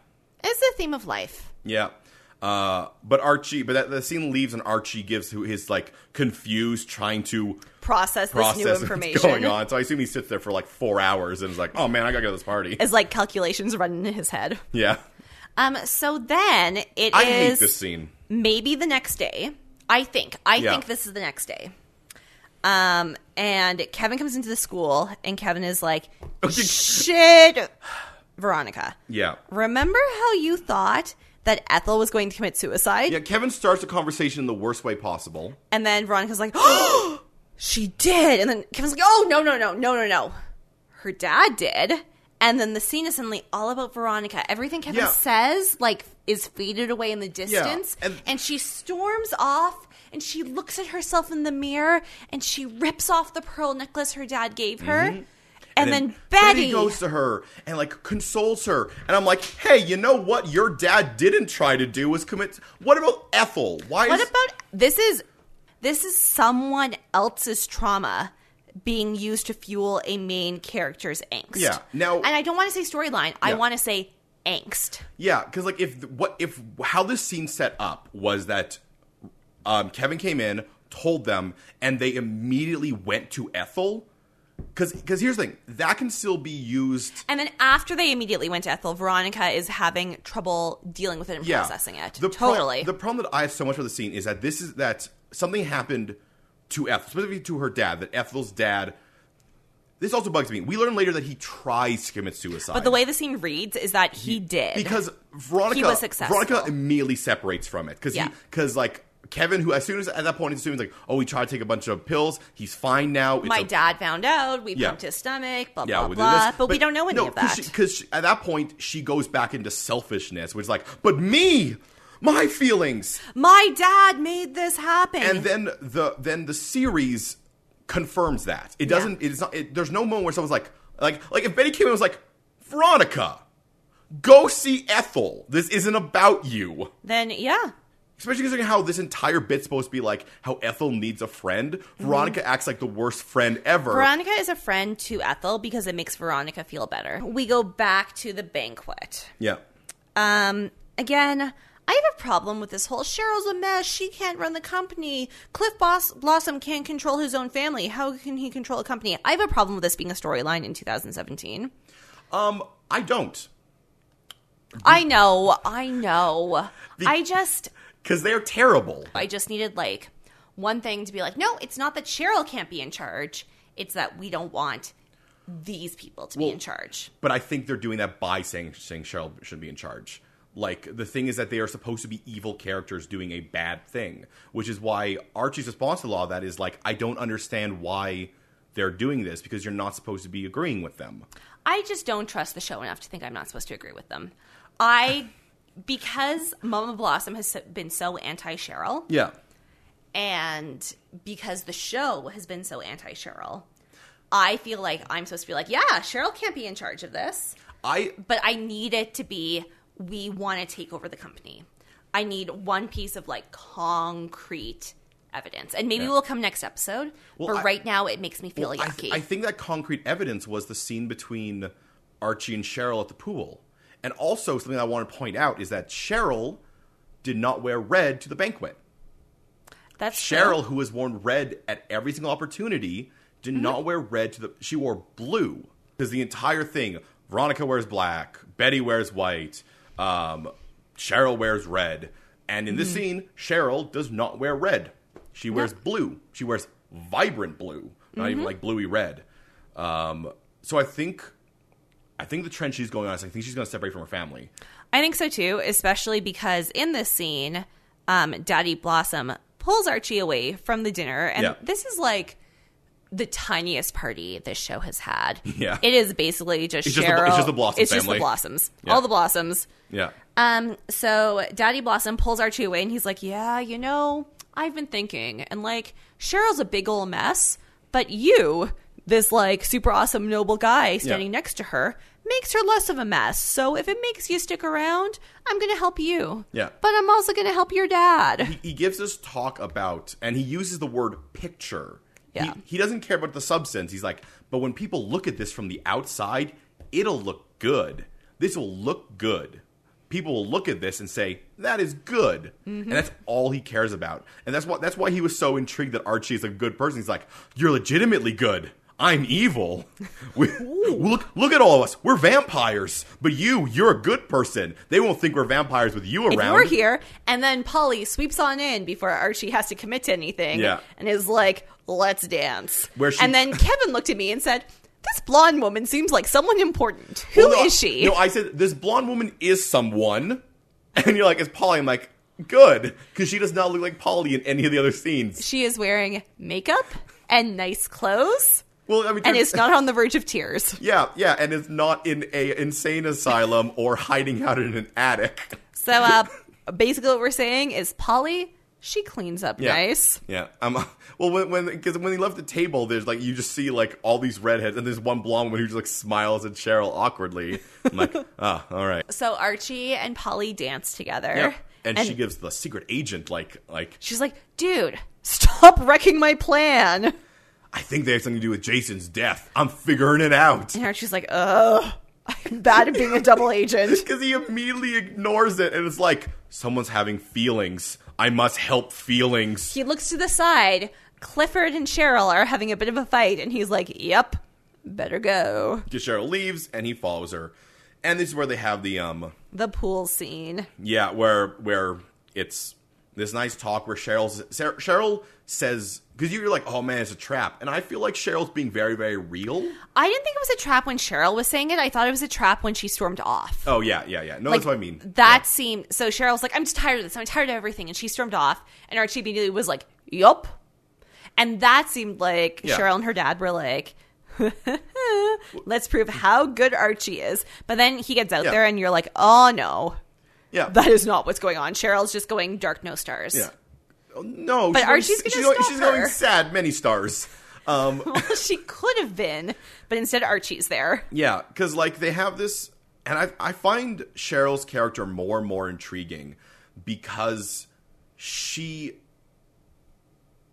S2: It's the theme of life.
S1: yeah. Uh, but Archie, but that the scene leaves and Archie gives who his like confused, trying to
S2: Process this
S1: process
S2: new
S1: what's
S2: information.
S1: going on. So I assume he sits there for like four hours and is like, "Oh man, I gotta go to this party."
S2: As like calculations running in his head.
S1: [laughs] yeah,
S2: Um. So then it is
S1: I hate this scene.
S2: maybe the next day. I think. I
S1: Yeah.
S2: think this is the next day. Um, and Kevin comes into the school, and Kevin is like, "Shit, Veronica,
S1: Yeah,
S2: remember how you thought that Ethel was going to commit suicide?"
S1: yeah. Kevin starts a conversation in the worst way possible.
S2: And then Veronica's like, "Oh, she did." And then Kevin's like, "Oh no, no, no, no, no, no, her dad did." And then the scene is suddenly all about Veronica. Everything Kevin
S1: Yeah.
S2: says like is faded away in the distance,
S1: and-
S2: and-, she storms off. And she looks at herself in the mirror, and she rips off the pearl necklace her dad gave her. Mm-hmm. And, then, Betty,
S1: goes to her and like consoles her, and I'm like, "Hey, you know what? Your dad didn't try to do was commit. What about Ethel? Why?
S2: What
S1: is-
S2: about this is this is someone else's trauma being used to fuel a main character's angst.
S1: Yeah, now-
S2: and I don't want to say storyline. I
S1: Yeah.
S2: want to say angst.
S1: Yeah, because like if th- what if how this scene set up was that um, Kevin came in, told them, and they immediately went to Ethel. Because here's the thing that can still be used.
S2: And then after they immediately went to Ethel, Veronica is having trouble dealing with it and
S1: Yeah,
S2: processing it.
S1: The pro-
S2: totally.
S1: the problem that I have so much with the scene is that this is that something happened to Ethel, specifically to her dad. That Ethel's dad. This also bugs me. We learn later that he tries to commit suicide.
S2: but the way the scene reads is that he, did.
S1: because Veronica
S2: He was successful.
S1: Veronica immediately separates from it because
S2: Yeah.
S1: because like Kevin, who as soon as at that point, as soon as like oh, he tried to take a bunch of pills, he's fine now. It's
S2: my
S1: a-
S2: dad found out, we
S1: Yeah.
S2: pumped his stomach, blah
S1: Yeah,
S2: blah
S1: we do
S2: blah.
S1: this,
S2: But, we don't know any
S1: no,
S2: of that.
S1: Because at that point, she goes back into selfishness, which is like, but me, my feelings,
S2: my dad made this happen.
S1: and then the then the series confirms that it
S2: Yeah.
S1: doesn't. It's not. It, there's no moment where someone's like, like, like if Betty came in and was like, Veronica, go see Ethel. This isn't about you.
S2: then yeah.
S1: Especially considering how this entire bit's supposed to be like how Ethel needs a friend. Veronica acts like the worst friend ever.
S2: Veronica is a friend to Ethel because it makes Veronica feel better. We go back to the banquet.
S1: yeah.
S2: Um, again, I have a problem with this whole Cheryl's a mess. She can't run the company. Cliff Boss Blossom can't control his own family. How can he control a company? I have a problem with this being a storyline in 2017.
S1: Um, I don't.
S2: I know, I know. I just,
S1: Because they're terrible.
S2: I just needed like one thing to be like, no, it's not that Cheryl can't be in charge. It's that we don't want these people to be in charge.
S1: But I think they're doing that by saying, saying Cheryl should be in charge. Like, the thing is that they are supposed to be evil characters doing a bad thing, which is why Archie's response to all that is like, I don't understand why they're doing this because you're not supposed to be agreeing with them.
S2: I just don't trust the show enough to think I'm not supposed to agree with them. I because Mama Blossom has been so anti Cheryl,
S1: Yeah.
S2: and because the show has been so anti Cheryl, I feel like I'm supposed to be like, yeah, Cheryl can't be in charge of this,
S1: I
S2: but I need it to be we want to take over the company. I need one piece of like concrete evidence, and maybe
S1: Yeah.
S2: we'll come next episode.
S1: Well,
S2: but
S1: I-
S2: right now, it makes me feel
S1: I,
S2: yucky.
S1: th- I think that concrete evidence was the scene between Archie and Cheryl at the pool. And also, something I want to point out is that Cheryl did not wear red to the banquet.
S2: That's true.
S1: Cheryl, who has worn red at every single opportunity, did not wear red to the. She wore blue because the entire thing. Veronica wears black. Betty wears white. Um, Cheryl wears red. And in this scene, Cheryl does not wear red. She wears blue. She wears vibrant blue, not even like bluey red. Um, so I think, I think the trend she's going on is I think she's going to separate from her family.
S2: I think so too, especially because in this scene, um, Daddy Blossom pulls Archie away from the dinner, and
S1: Yeah.
S2: this is like the tiniest party this show has had.
S1: [laughs] Yeah.
S2: it is basically just
S1: It's just the-
S2: Cheryl.
S1: it's just the Blossom
S2: It's just the
S1: family.
S2: Blossoms.
S1: Yeah.
S2: All the Blossoms.
S1: Yeah.
S2: Um, so Daddy Blossom pulls Archie away, and he's like, "Yeah, you know, I've been thinking, and like Cheryl's a big ol' mess, but you, this like super awesome noble guy standing
S1: Yeah.
S2: next to her, makes her less of a mess. So if it makes you stick around, I'm gonna help you.
S1: Yeah.
S2: but I'm also gonna help your dad.
S1: he gives us talk about and he uses the word picture
S2: Yeah.
S1: he, he doesn't care about the substance he's like but when people look at this from the outside it'll look good this will look good people will look at this and say that is good, and that's all he cares about. And that's why that's why he was so intrigued that Archie is a good person. He's like, you're legitimately good. I'm evil. [laughs] We, look, look at all of us. We're vampires. But you, you're a good person. They won't think we're vampires with you
S2: If
S1: around.
S2: you're here, and then Polly sweeps on in before Archie has to commit to anything,
S1: Yeah.
S2: and is like, "Let's dance."
S1: Where she- [laughs]
S2: and then Kevin looked at me and said, "This blonde woman seems like someone important. Who is
S1: Well, no,
S2: she?"
S1: No, I said this blonde woman is someone, [laughs] and you're like, it's Polly. I'm like, good, because she does not look like Polly in any of the other scenes.
S2: she is wearing makeup and nice clothes,
S1: Well, I mean,
S2: and is not on the verge of tears.
S1: [laughs] Yeah, yeah, and is not in a insane asylum or hiding out in an attic. [laughs]
S2: So, uh, [laughs] basically, what we're saying is Polly, she cleans up
S1: Yeah.
S2: nice.
S1: Yeah. Um, [laughs] well, when when because when they left the table, there's like you just see like all these redheads, and there's one blonde woman who just like smiles at Cheryl awkwardly. I'm
S2: [laughs]
S1: like, ah, all right.
S2: So Archie and Polly dance together,
S1: Yeah. And, she gives the secret agent like like
S2: she's like, "Dude, stop wrecking my plan."
S1: I think they have something to do with Jason's death. I'm figuring it out.
S2: And Archie's like, ugh, I'm bad at being a double agent.
S1: Because he immediately ignores it and it's like, someone's having feelings. I must help feelings.
S2: He looks to the side. Clifford and Cheryl are having a bit of a fight, and he's like, yep, better go.
S1: Because Cheryl leaves and he follows her. And this is where they have the um
S2: The pool scene.
S1: yeah, where where it's this nice talk where Cheryl's Ser- Cheryl says because you're like, oh man, it's a trap. And I feel like Cheryl's being very, very real.
S2: I didn't think it was a trap when Cheryl was saying it. I thought it was a trap when she stormed off.
S1: Oh yeah, yeah, yeah. No, that's what I mean.
S2: That seemed so. Cheryl's like, I'm just tired of this. I'm tired of everything, and she stormed off. And Archie immediately was like, "Yup," and that seemed like
S1: Yeah.
S2: Cheryl and her dad were like, [laughs] "Let's prove how good Archie is." But then he gets out
S1: Yeah.
S2: there, and you're like, "Oh no,
S1: yeah.
S2: that is not what's going on." Cheryl's just going dark, no stars. [laughs]
S1: yeah. Oh, No,
S2: But
S1: she's
S2: Archie's
S1: going,
S2: gonna
S1: she's, going,
S2: stop
S1: she's going
S2: her.
S1: sad, many stars. Um,
S2: she could have been, but instead Archie's there.
S1: Yeah, because like they have this, and I I find Cheryl's character more and more intriguing because she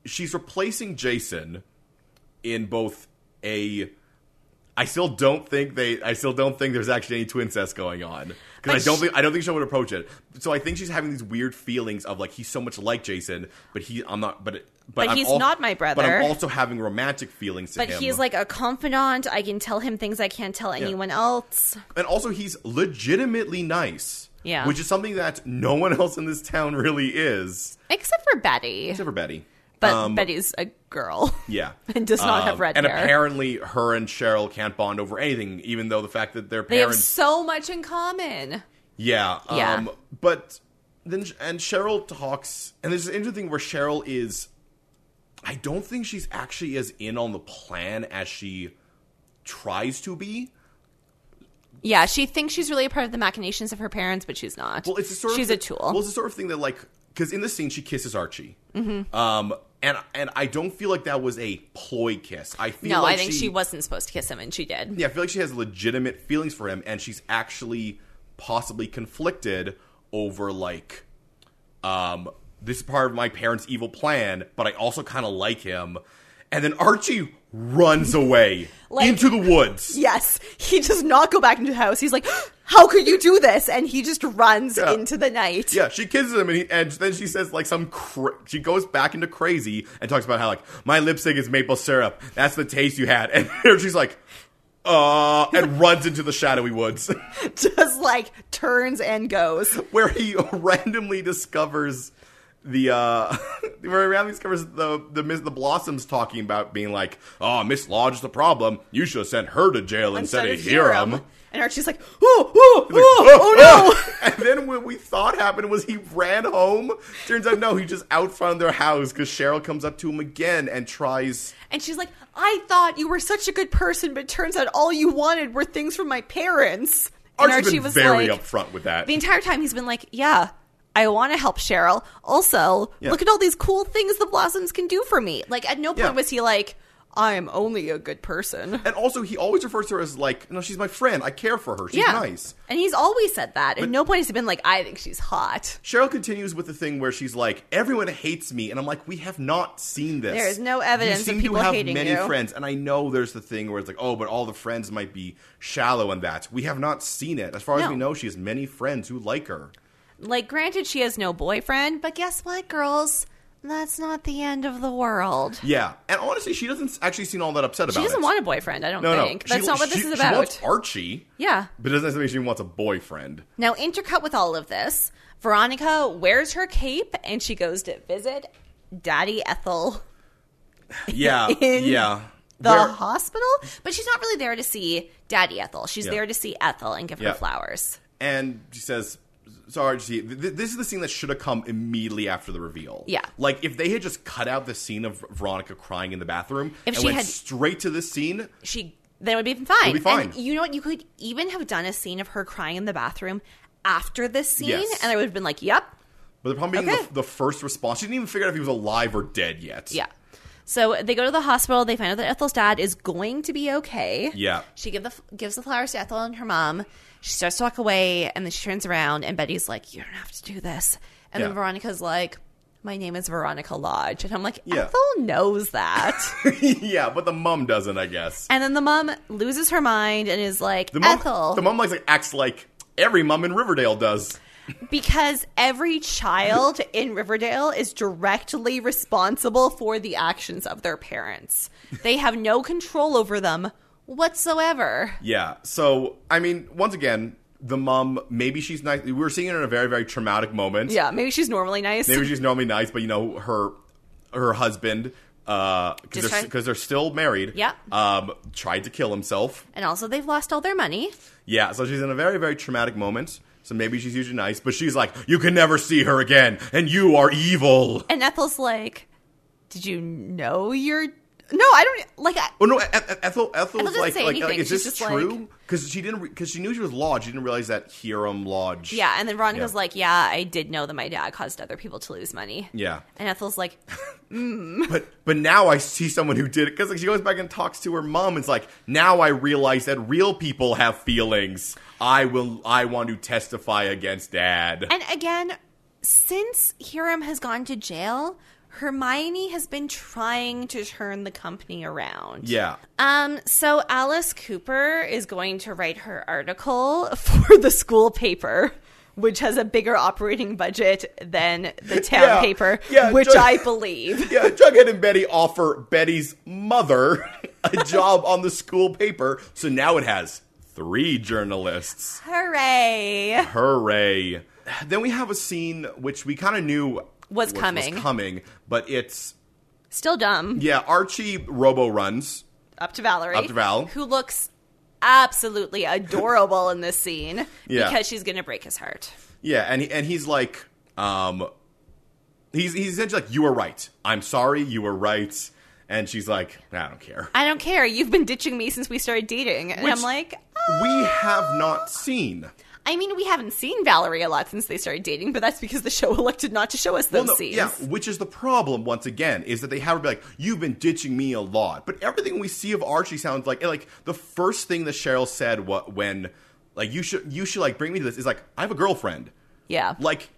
S1: she's replacing Jason in both a. I still don't think they. I still don't think there's actually any twin incest going on because I
S2: But
S1: don't
S2: she-
S1: think I don't think she would approach it. So I think she's having these weird feelings of like he's so much like Jason, but he I'm not. But but,
S2: But
S1: I'm
S2: he's
S1: al-
S2: not my
S1: But
S2: brother.
S1: I'm also having romantic feelings to
S2: But
S1: him.
S2: he's like a confidant. I can tell him things I can't tell anyone else.
S1: and also he's legitimately nice.
S2: Yeah.
S1: Which is something that no one [laughs] else in this town really is.
S2: Except for Betty.
S1: Except for Betty.
S2: But
S1: Um,
S2: Betty's a girl. [laughs]
S1: Yeah. Um,
S2: and does not have red
S1: and
S2: hair.
S1: apparently her and Cheryl can't bond over anything, even though the fact that their
S2: They have
S1: parents
S2: so much in common.
S1: Yeah. Um,
S2: Yeah.
S1: But then, and Cheryl talks, and there's an interesting where Cheryl is. I don't think she's actually as in on the plan as she tries to be.
S2: Yeah, she thinks she's really a part of the machinations of her parents, but she's not.
S1: Well, it's the sort
S2: she's
S1: of
S2: a tool.
S1: Well, it's the sort of thing that like because in this scene she kisses Archie, mm-hmm. um, and and I don't feel like that was a ploy kiss. I feel
S2: no,
S1: like
S2: I think she, wasn't supposed to kiss him, and she did.
S1: Yeah, I feel like she has legitimate feelings for him, and she's actually possibly conflicted over like, um, this is part of my parents' evil plan, but I also kind of like him. And then Archie runs away
S2: Like-
S1: into the woods.
S2: Yes, he does not go back into the house. He's like, [gasps] "How could you do this?" And he just runs
S1: Yeah.
S2: into the night.
S1: Yeah, she kisses him, and, he, and then she says like some. Cra- she goes back into crazy and talks about how like my lipstick is maple syrup. That's the taste you had, [laughs] and she's like, uh, and runs into the shadowy woods
S2: [laughs]
S1: [laughs]
S2: Just like turns and goes.
S1: where he [laughs] randomly discovers the uh [laughs] where he randomly discovers the the Miss the Blossoms talking about being like, oh, Miss Lodge is the problem. You should have sent her to jail instead, of Hiram.
S2: And Archie's like, "Oh, oh,
S1: Like,
S2: oh, oh no!"
S1: [laughs] And then what we thought happened was he ran home. Turns out, no, he just out front of their house because Cheryl comes up to him again and tries.
S2: [laughs] And she's like, I thought you were such a good person, but turns out all you wanted were things from my parents. And
S1: Archie's been very upfront with that.
S2: the entire time he's been like, yeah, I want to help Cheryl. Also,
S1: Yeah.
S2: look at all these cool things the blossoms can do for me. Like, at no point
S1: Yeah.
S2: was he like, I am only a good person.
S1: And also, he always refers to her as like, no, she's my friend. I care for her. She's nice.
S2: And he's always said that. At no point has he been like, I think she's hot.
S1: Cheryl continues with the thing where she's like, "Everyone hates me," and I'm like, "We have not seen this.
S2: There is no evidence
S1: You
S2: of
S1: seem
S2: people
S1: to have
S2: hating
S1: many
S2: you."
S1: friends, and I know there's the thing where it's like, "Oh, but all the friends might be shallow," and that we have not seen it. As far as
S2: No.
S1: we know, she has many friends who like her.
S2: Like, granted, she has no boyfriend, but guess what, girls? That's not the end of the world.
S1: Yeah, and honestly, she doesn't actually seem all that upset about
S2: She doesn't
S1: it.
S2: want a boyfriend, I don't
S1: no,
S2: think.
S1: no.
S2: That's
S1: She-
S2: not what this
S1: she-
S2: is
S1: She
S2: about.
S1: wants Archie,
S2: yeah.
S1: but it doesn't necessarily mean she wants a
S2: [laughs]
S1: boyfriend.
S2: Now, intercut with all of this, Veronica wears her cape and she goes to visit Daddy Ethel.
S1: Yeah,
S2: In
S1: yeah.
S2: the
S1: Where-
S2: hospital, but she's not really there to see Daddy Ethel. She's
S1: Yeah.
S2: there to see Ethel and give
S1: Yeah.
S2: her flowers.
S1: and she says sorry she, th- th- this is the scene that should have come immediately after the reveal
S2: Yeah.
S1: like if they had just cut out the scene of veronica crying in the bathroom and
S2: If she
S1: went
S2: had-
S1: straight to this scene
S2: She then it would be fine.
S1: be fine.
S2: And you know what? You could even have done a scene of her crying in the bathroom after this scene,
S1: Yes.
S2: and I would have been like, "Yep,
S1: but the problem being
S2: Okay.
S1: the, the first response she didn't even figure out if he was alive or dead yet
S2: yeah." So they go to the hospital. They find out that Ethel's dad is going to be okay.
S1: yeah [laughs]
S2: She give the, gives the flowers to Ethel and her mom. She starts to walk away, and then she turns around, and Betty's like, "You don't have to do this." And
S1: Yeah.
S2: then Veronica's like, "My name is Veronica Lodge," and I'm like,
S1: Yeah.
S2: "Ethel knows that."
S1: yeah but the mom doesn't i guess
S2: and then the mom loses her mind and is like,
S1: the mom
S2: "Ethel,"
S1: the mom likes like acts like every mom in riverdale does
S2: because every child in Riverdale is directly responsible for the actions of their parents. They have no control over them whatsoever.
S1: Yeah. So, I mean, once again, the mom, maybe she's nice. We were seeing her in a very, very traumatic moment.
S2: Yeah, maybe she's normally nice.
S1: Maybe she's normally nice, but you know her her husband because
S2: Just
S1: they're,
S2: tried-
S1: because they're still married.
S2: Yeah.
S1: Um, tried to kill himself.
S2: and also, they've lost all their money.
S1: Yeah. So she's in a very very traumatic moment. So maybe she's usually nice, but she's like, you can never see her again, and you are evil.
S2: And Ethel's like, "Did you know you're no? I don't like. I,
S1: Oh no, E- E- Ethel. Ethel's
S2: doesn't
S1: like,
S2: say
S1: like, like,
S2: anything.
S1: is
S2: She's
S1: this
S2: just like-
S1: true? Because she didn't, because she knew she was Lodge. She didn't realize that Hiram Lodge.
S2: yeah." And then Veronica's
S1: Yeah.
S2: like, "Yeah, I did know that my dad caused other people to lose money." [laughs]
S1: Yeah.
S2: And Ethel's like,
S1: But but now I see someone who did it because like she goes back and talks to her mom. It's like now I realize that real people have feelings. I will. I want to testify against Dad.
S2: And again, since Hiram has gone to jail, Hermione has been trying to turn the company around.
S1: yeah,
S2: Um, so Alice Cooper is going to write her article [laughs] for the school paper. Which has a bigger operating budget than the town
S1: Yeah.
S2: paper,
S1: Yeah,
S2: which
S1: just-
S2: I believe.
S1: yeah. Jughead and Betty offer Betty's mother
S2: [laughs]
S1: a job on the school paper, so now it has three journalists.
S2: Hooray!
S1: Hooray! Then we have a scene which we kind of knew
S2: Was coming.
S1: was coming, but it's
S2: Still dumb.
S1: yeah. Archie Robo runs.
S2: Up to Valerie.
S1: Up to Val.
S2: Who looks absolutely adorable in this scene
S1: Yeah.
S2: because she's going to break his heart.
S1: Yeah, and he, and he's like, um, he's he's essentially like, you were right. I'm sorry, you were right. And she's like, I don't care.
S2: I don't care. You've been ditching me since we started dating. And
S1: Which-
S2: I'm like, "Uh,
S1: We have not seen.
S2: I mean, we haven't seen Valerie a lot since they started dating, but that's because the show [laughs] elected not to show us those
S1: Well, no,
S2: scenes.
S1: yeah, which is the problem once again is that they have her be like, you've been ditching me a lot, but everything we see of Archie sounds like like the first thing that Cheryl said what when like you should you should like bring me to this is like I have a girlfriend
S2: Yeah.
S1: like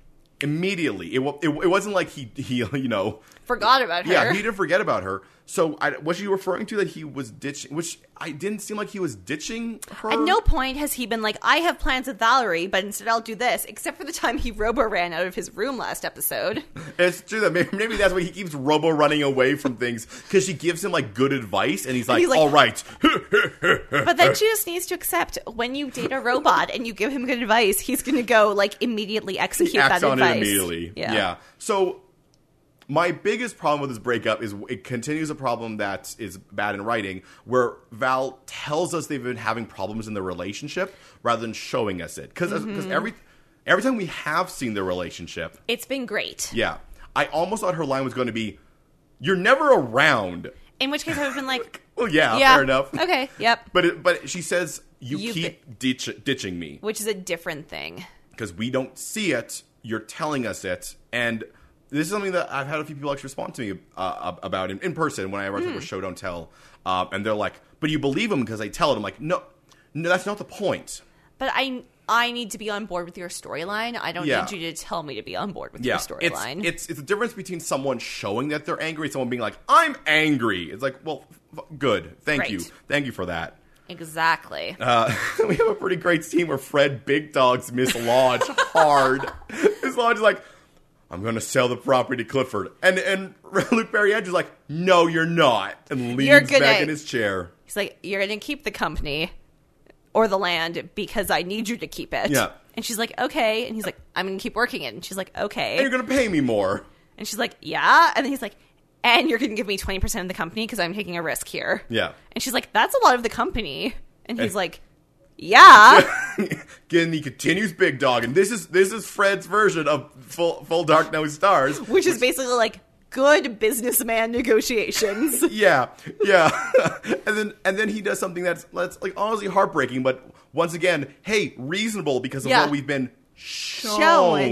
S1: immediately it wa- it, it wasn't like he he you know
S2: Forgot about her.
S1: Yeah, he didn't forget about her. So I, was she referring to that he was ditching? Which I didn't seem like he was ditching her.
S2: At no point has he been like, I have plans with Valerie, but instead I'll do this, except for the time he robo ran out of his room
S1: [laughs]
S2: last episode.
S1: it's true that maybe, maybe that's why he keeps Robo running away from things because she gives him like good advice, and he's like,
S2: he's like-
S1: "All right,
S2: But then she just needs to accept when you date a robot and you give him good advice, he's going to go like immediately execute
S1: act
S2: that
S1: on
S2: advice.
S1: it immediately."
S2: Yeah.
S1: So my biggest problem with this breakup is it continues a problem that is bad in writing, where Val tells us they've been having problems in their relationship rather than showing us it because
S2: Mm-hmm.
S1: every every time we have seen their relationship.
S2: It's been great.
S1: Yeah. I almost thought her line was going to be, You're never around.
S2: In which case I would have been like,
S1: Well, [laughs] yeah,
S2: yeah,
S1: fair enough.
S2: Okay, yep.
S1: But, it, but she says, You
S2: You've
S1: keep ditch, ditching me
S2: Which is a different thing.
S1: because we don't see it. You're telling us it. And this is something that I've had a few people actually respond to me uh, about in, in person when I ever talk
S2: Hmm.
S1: about show don't tell, um, and they're like, "But you believe them because they tell it." I'm like, "No, no, that's not the point."
S2: But I I need to be on board with your storyline. I don't
S1: Yeah.
S2: need you to tell me to be on board with
S1: Yeah,
S2: your storyline.
S1: It's, it's it's the difference between someone showing that they're angry and someone being like, "I'm angry." It's like, well, f- good, thank you,
S2: Right.
S1: thank you for that.
S2: exactly.
S1: Uh, [laughs] we have a pretty great team where Fred Big Dogs Miss
S2: [laughs]
S1: Lodge hard. Miss Lodge is like, I'm going to sell the property to Clifford, and and [laughs] Luke Barry Edge is like, No, you're not, and
S2: You're
S1: leans
S2: gonna-
S1: back in his chair.
S2: He's like, You're gonna keep the company or the land because I need you to keep it.
S1: Yeah.
S2: And she's like, Okay. And he's like, I'm gonna keep working it. And she's like,
S1: And
S2: Okay.
S1: you're going to pay me more.
S2: And she's like, Yeah. And then he's like, And you're gonna give me twenty percent of the company because I'm taking a risk here.
S1: Yeah, [laughs]
S2: And she's like, That's a lot of the company. And he's
S1: And-
S2: like,
S1: [laughs]
S2: Yeah.
S1: again, he continues Big Dog, and this is this is Fred's version of Full Full Dark No Stars.
S2: which is basically like good
S1: [laughs]
S2: businessman negotiations.
S1: yeah, yeah. [laughs] and then and then he does something that's that's like honestly heartbreaking, but once again, hey, reasonable because of
S2: Yeah.
S1: what we've been
S2: Shown.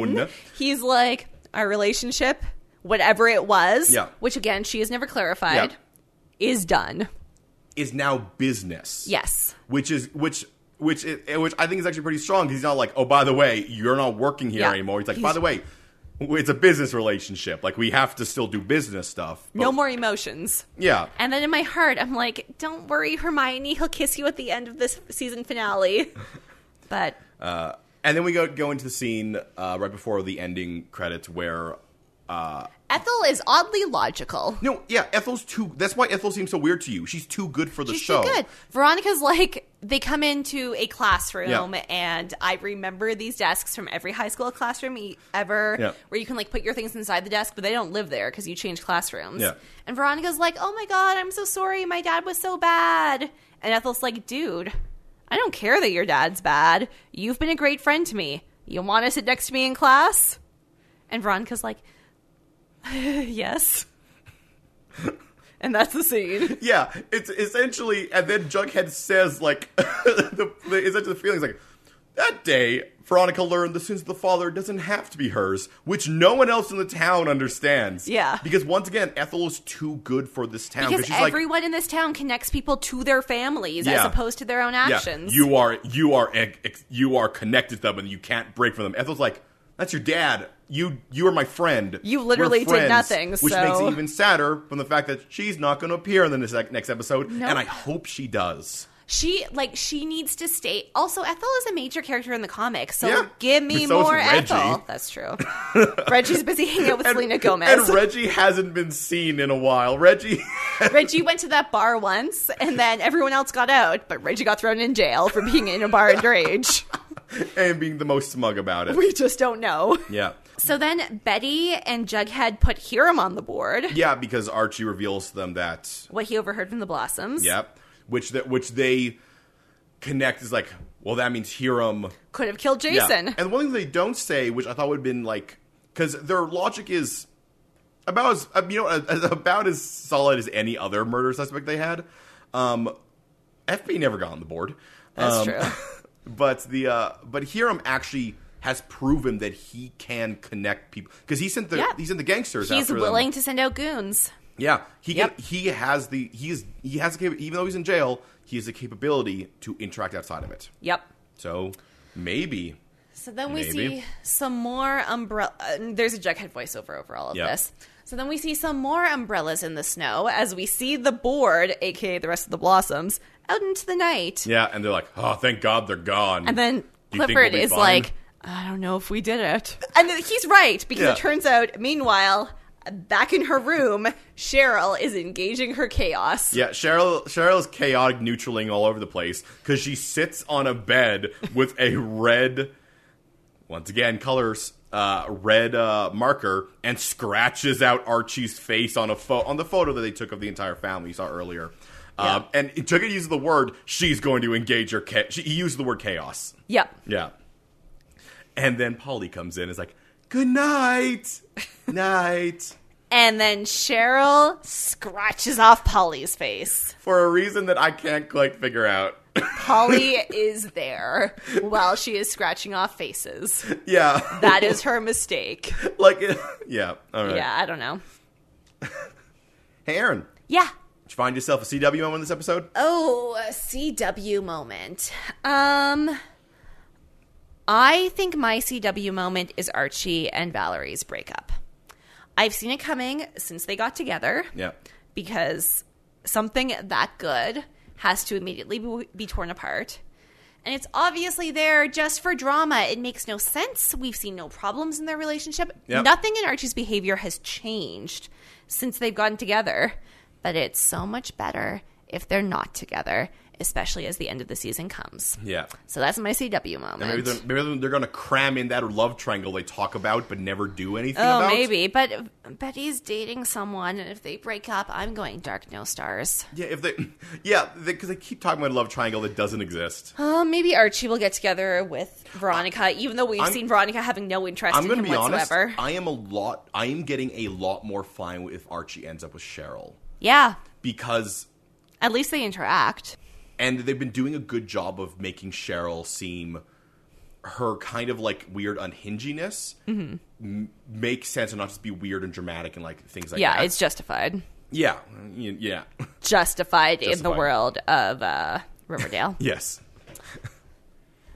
S1: shown.
S2: He's like, our relationship, whatever it was,
S1: Yeah.
S2: which again, she has never clarified, is done.
S1: Is now business.
S2: Yes.
S1: Which is which which is, which I think is actually pretty strong. 'cause He's not like, oh, by the way, you're not working here
S2: Yeah.
S1: anymore. He's like, by
S2: He's-
S1: the way, it's a business relationship. Like we have to still do business stuff.
S2: No
S1: But-
S2: more emotions.
S1: Yeah.
S2: And then in my heart, I'm like, don't worry, Hermione. He'll kiss you at the end of this
S1: [laughs]
S2: season finale. But
S1: Uh, and then we go go into the scene uh, right before the ending credits where
S2: Ethel is oddly logical.
S1: No, yeah, Ethel's too. That's why Ethel seems so weird to you. She's too good for the
S2: She's
S1: show.
S2: too good. Veronica's like they come into a classroom,
S1: Yeah.
S2: and I remember these desks from every high school classroom e- ever,
S1: Yeah.
S2: where you can like put your things inside the desk, but they don't live there because you change classrooms.
S1: Yeah.
S2: And Veronica's like, "Oh my god, I'm so sorry. My dad was so bad." And Ethel's like, "Dude, I don't care that your dad's bad. You've been a great friend to me. You want to sit next to me in class?" And Veronica's like, [laughs] "Yes." [laughs] and that's the scene.
S1: Yeah, it's essentially, and then Jughead says like [laughs] the, the essentially the feelings like that day. Veronica learned the sins of the father doesn't have to be hers, which no one else in the town understands.
S2: Yeah.
S1: because once again, Ethel is too good for this town
S2: because
S1: she's like.
S2: everyone in this town connects people to their families as
S1: Yeah.
S2: opposed to their own
S1: Yeah,
S2: actions.
S1: you are you are ex- ex- you are connected to them, and you can't break from them. Ethel's like, "That's your dad. You you are my friend.
S2: You literally
S1: We're
S2: did
S1: friends,"
S2: nothing,
S1: which makes
S2: so-
S1: it even sadder from the fact that she's not going to appear in the next, next episode,
S2: No.
S1: and I hope she does.
S2: she like she needs to stay. Also, Ethel is a major character in the comics, so
S1: Yeah.
S2: give me
S1: So is
S2: more
S1: Reggie.
S2: Ethel. That's true.
S1: [laughs]
S2: Reggie's busy hanging out with Selena Gomez.
S1: and Reggie hasn't been seen in a while. Reggie, [laughs]
S2: Reggie went to that bar once, and then everyone else got out, but Reggie got thrown in jail for being in a bar
S1: [laughs]
S2: underage.
S1: and being the most smug about it.
S2: We just don't know.
S1: Yeah,
S2: So then Betty and Jughead put Hiram on the board.
S1: yeah, because Archie reveals to them that
S2: What he overheard from the Blossoms.
S1: yep, which that which they connect is like, well, that means Hiram.
S2: Could have killed
S1: Yeah.
S2: Jason.
S1: And one thing they don't say, which I thought would have been like, because their logic is about as uh, you know as- as- about as solid as any other murder suspect they had. Um, FB never got on the board.
S2: That's
S1: Um,
S2: true.
S1: [laughs] But the uh, but Hiram actually has proven that he can connect people because he sent the
S2: Yeah.
S1: he sent the gangsters.
S2: He's
S1: after them.
S2: willing to send out goons.
S1: Yeah, he can,
S2: Yep.
S1: he has the he is he has the cap- even though he's in jail, he has the capability to interact outside of it.
S2: Yep.
S1: So maybe
S2: So then we
S1: Maybe.
S2: see some more umbrella. Uh, there's a Jughead voiceover over all of
S1: Yep.
S2: this. So then we see some more umbrellas in the snow as we see the board, aka the rest of the blossoms, out into the night.
S1: Yeah, and they're like, oh, thank God they're gone.
S2: And then
S1: you think
S2: Clifford
S1: we'll be
S2: is
S1: fine?
S2: like, I don't know if we did it. And then he's right because
S1: Yeah.
S2: it turns out, meanwhile, back in her room, Cheryl is engaging her chaos.
S1: yeah, Cheryl Cheryl is chaotic neutraling all over the place because she sits on a bed with a red, once again colors, uh, red uh, marker and scratches out Archie's face on a pho- on the photo that they took of the entire family you saw earlier. Um, and it took it uses the word she's going to engage her. Cha- she, he used the word chaos.
S2: Yep.
S1: Yeah. And then Polly comes in and is like, "Good
S2: [laughs]
S1: night, night."
S2: And then Cheryl scratches off Polly's face.
S1: for a reason that I can't quite figure out. [laughs]
S2: Polly is there while she is scratching off faces.
S1: yeah,
S2: That is her mistake.
S1: [laughs] like [laughs] yeah. All right,
S2: Yeah, I don't know.
S1: hey Aaron, did
S2: Yeah.
S1: you find yourself a CW moment this episode?
S2: Oh, a CW moment. Um I think my CW moment is Archie and Valerie's breakup. I've seen it coming since they got together.
S1: Yeah,
S2: because something that good has to immediately be- be torn apart. And it's obviously there just for drama. It makes no sense. We've seen no problems in their relationship.
S1: Yep.
S2: Nothing in Archie's behavior has changed since they've gotten together. But it's so much better if they're not together, especially as the end of the season comes.
S1: yeah.
S2: So that's my CW moment.
S1: Maybe they're, maybe they're- they're gonna cram in that love triangle they talk about but never do anything
S2: Oh,
S1: about.
S2: maybe. But Betty's dating someone, and if they break up, I'm going dark, no stars.
S1: Yeah, if they, [laughs] yeah, because they, keep talking about a love triangle that doesn't exist.
S2: Uh, maybe Archie will get together with Veronica, even though we've
S1: I'm-
S2: seen Veronica having no interest
S1: I'm
S2: in
S1: gonna
S2: him
S1: be
S2: whatsoever.
S1: honest. I am a lot. I am getting a lot more fine if Archie ends up with Cheryl
S2: yeah,
S1: because,
S2: at least they interact.
S1: and they've been doing a good job of making Cheryl seem her kind of like weird unhinginess m- make sense and not just be weird and dramatic and like things like
S2: Yeah,
S1: that.
S2: it's justified,
S1: yeah, y- yeah,
S2: justified, in the
S1: Justified.
S2: world of uh, Riverdale.
S1: yes.
S2: [laughs]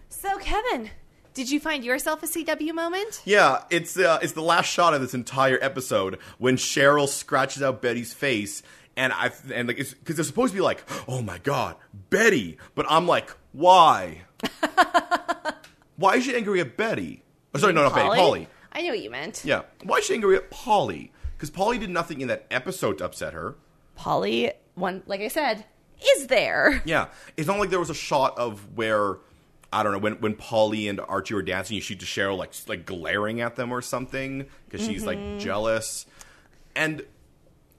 S2: so, Kevin, did you find yourself a CW moment?
S1: Yeah, it's uh, it's the last shot of this entire episode when Cheryl scratches out Betty's face, and I and like it's because they're supposed to be like, oh my god, Betty, but I'm like,
S2: [laughs]
S1: why? why is she angry at Betty? Oh, sorry, no, not Betty, Polly.
S2: I knew what you meant.
S1: Yeah, why is she angry at Polly? Because Polly did nothing in that episode to upset her.
S2: Polly, one like I said, is there.
S1: Yeah, it's not like there was a shot of where I don't know when when Polly and Archie were dancing, you shoot to Cheryl like like glaring at them or something because she's like jealous. And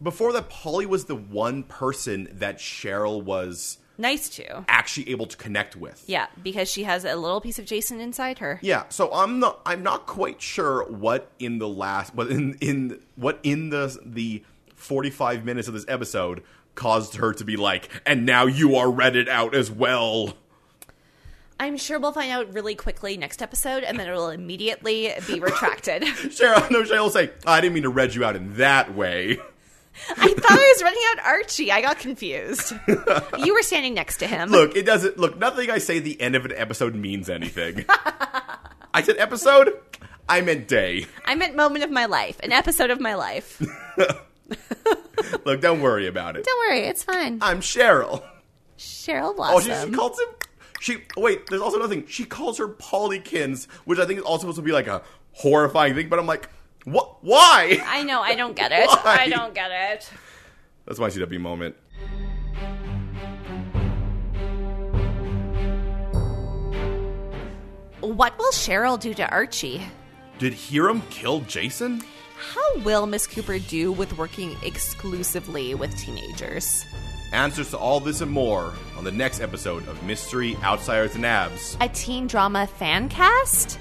S1: before that, Polly was the one person that Cheryl was
S2: Nice to.
S1: actually able to connect with.
S2: Yeah, because she has a little piece of Jason inside her.
S1: Yeah, so I'm not I'm not quite sure what in the last what in in what in the the 45 minutes of this episode caused her to be like and now you are reddit out as well. [laughs]
S2: I'm sure we'll find out really quickly next episode, and then it'll immediately
S1: [laughs]
S2: be retracted.
S1: Cheryl, no, Cheryl will say, I didn't mean to read you out in that way. [laughs]
S2: I thought I was running out Archie. I
S1: [laughs]
S2: got confused. you were standing next to him.
S1: Look, it doesn't, look, nothing I say at the end of an episode means anything. I said episode, I meant day.
S2: I meant moment of my life, an episode of
S1: [laughs]
S2: my life.
S1: Look, don't worry about it.
S2: Don't worry, it's fine.
S1: I'm Cheryl.
S2: Cheryl
S1: Uh, Oh, she,
S2: Blossom.
S1: she calls him, she, wait, there's also another thing. She calls her Paulykins, which I think is also supposed to be like a horrifying thing, but I'm like, what, why? [laughs]
S2: I know. I don't get it.
S1: Why?
S2: I don't get it.
S1: That's my CW moment.
S2: What will Cheryl do to Archie?
S1: Did Hiram kill Jason?
S2: How will Miss Cooper do with working exclusively with teenagers?
S1: Answers to all this and more on the next episode of Mystery, Outsiders, and Abs.
S2: A teen drama fan cast?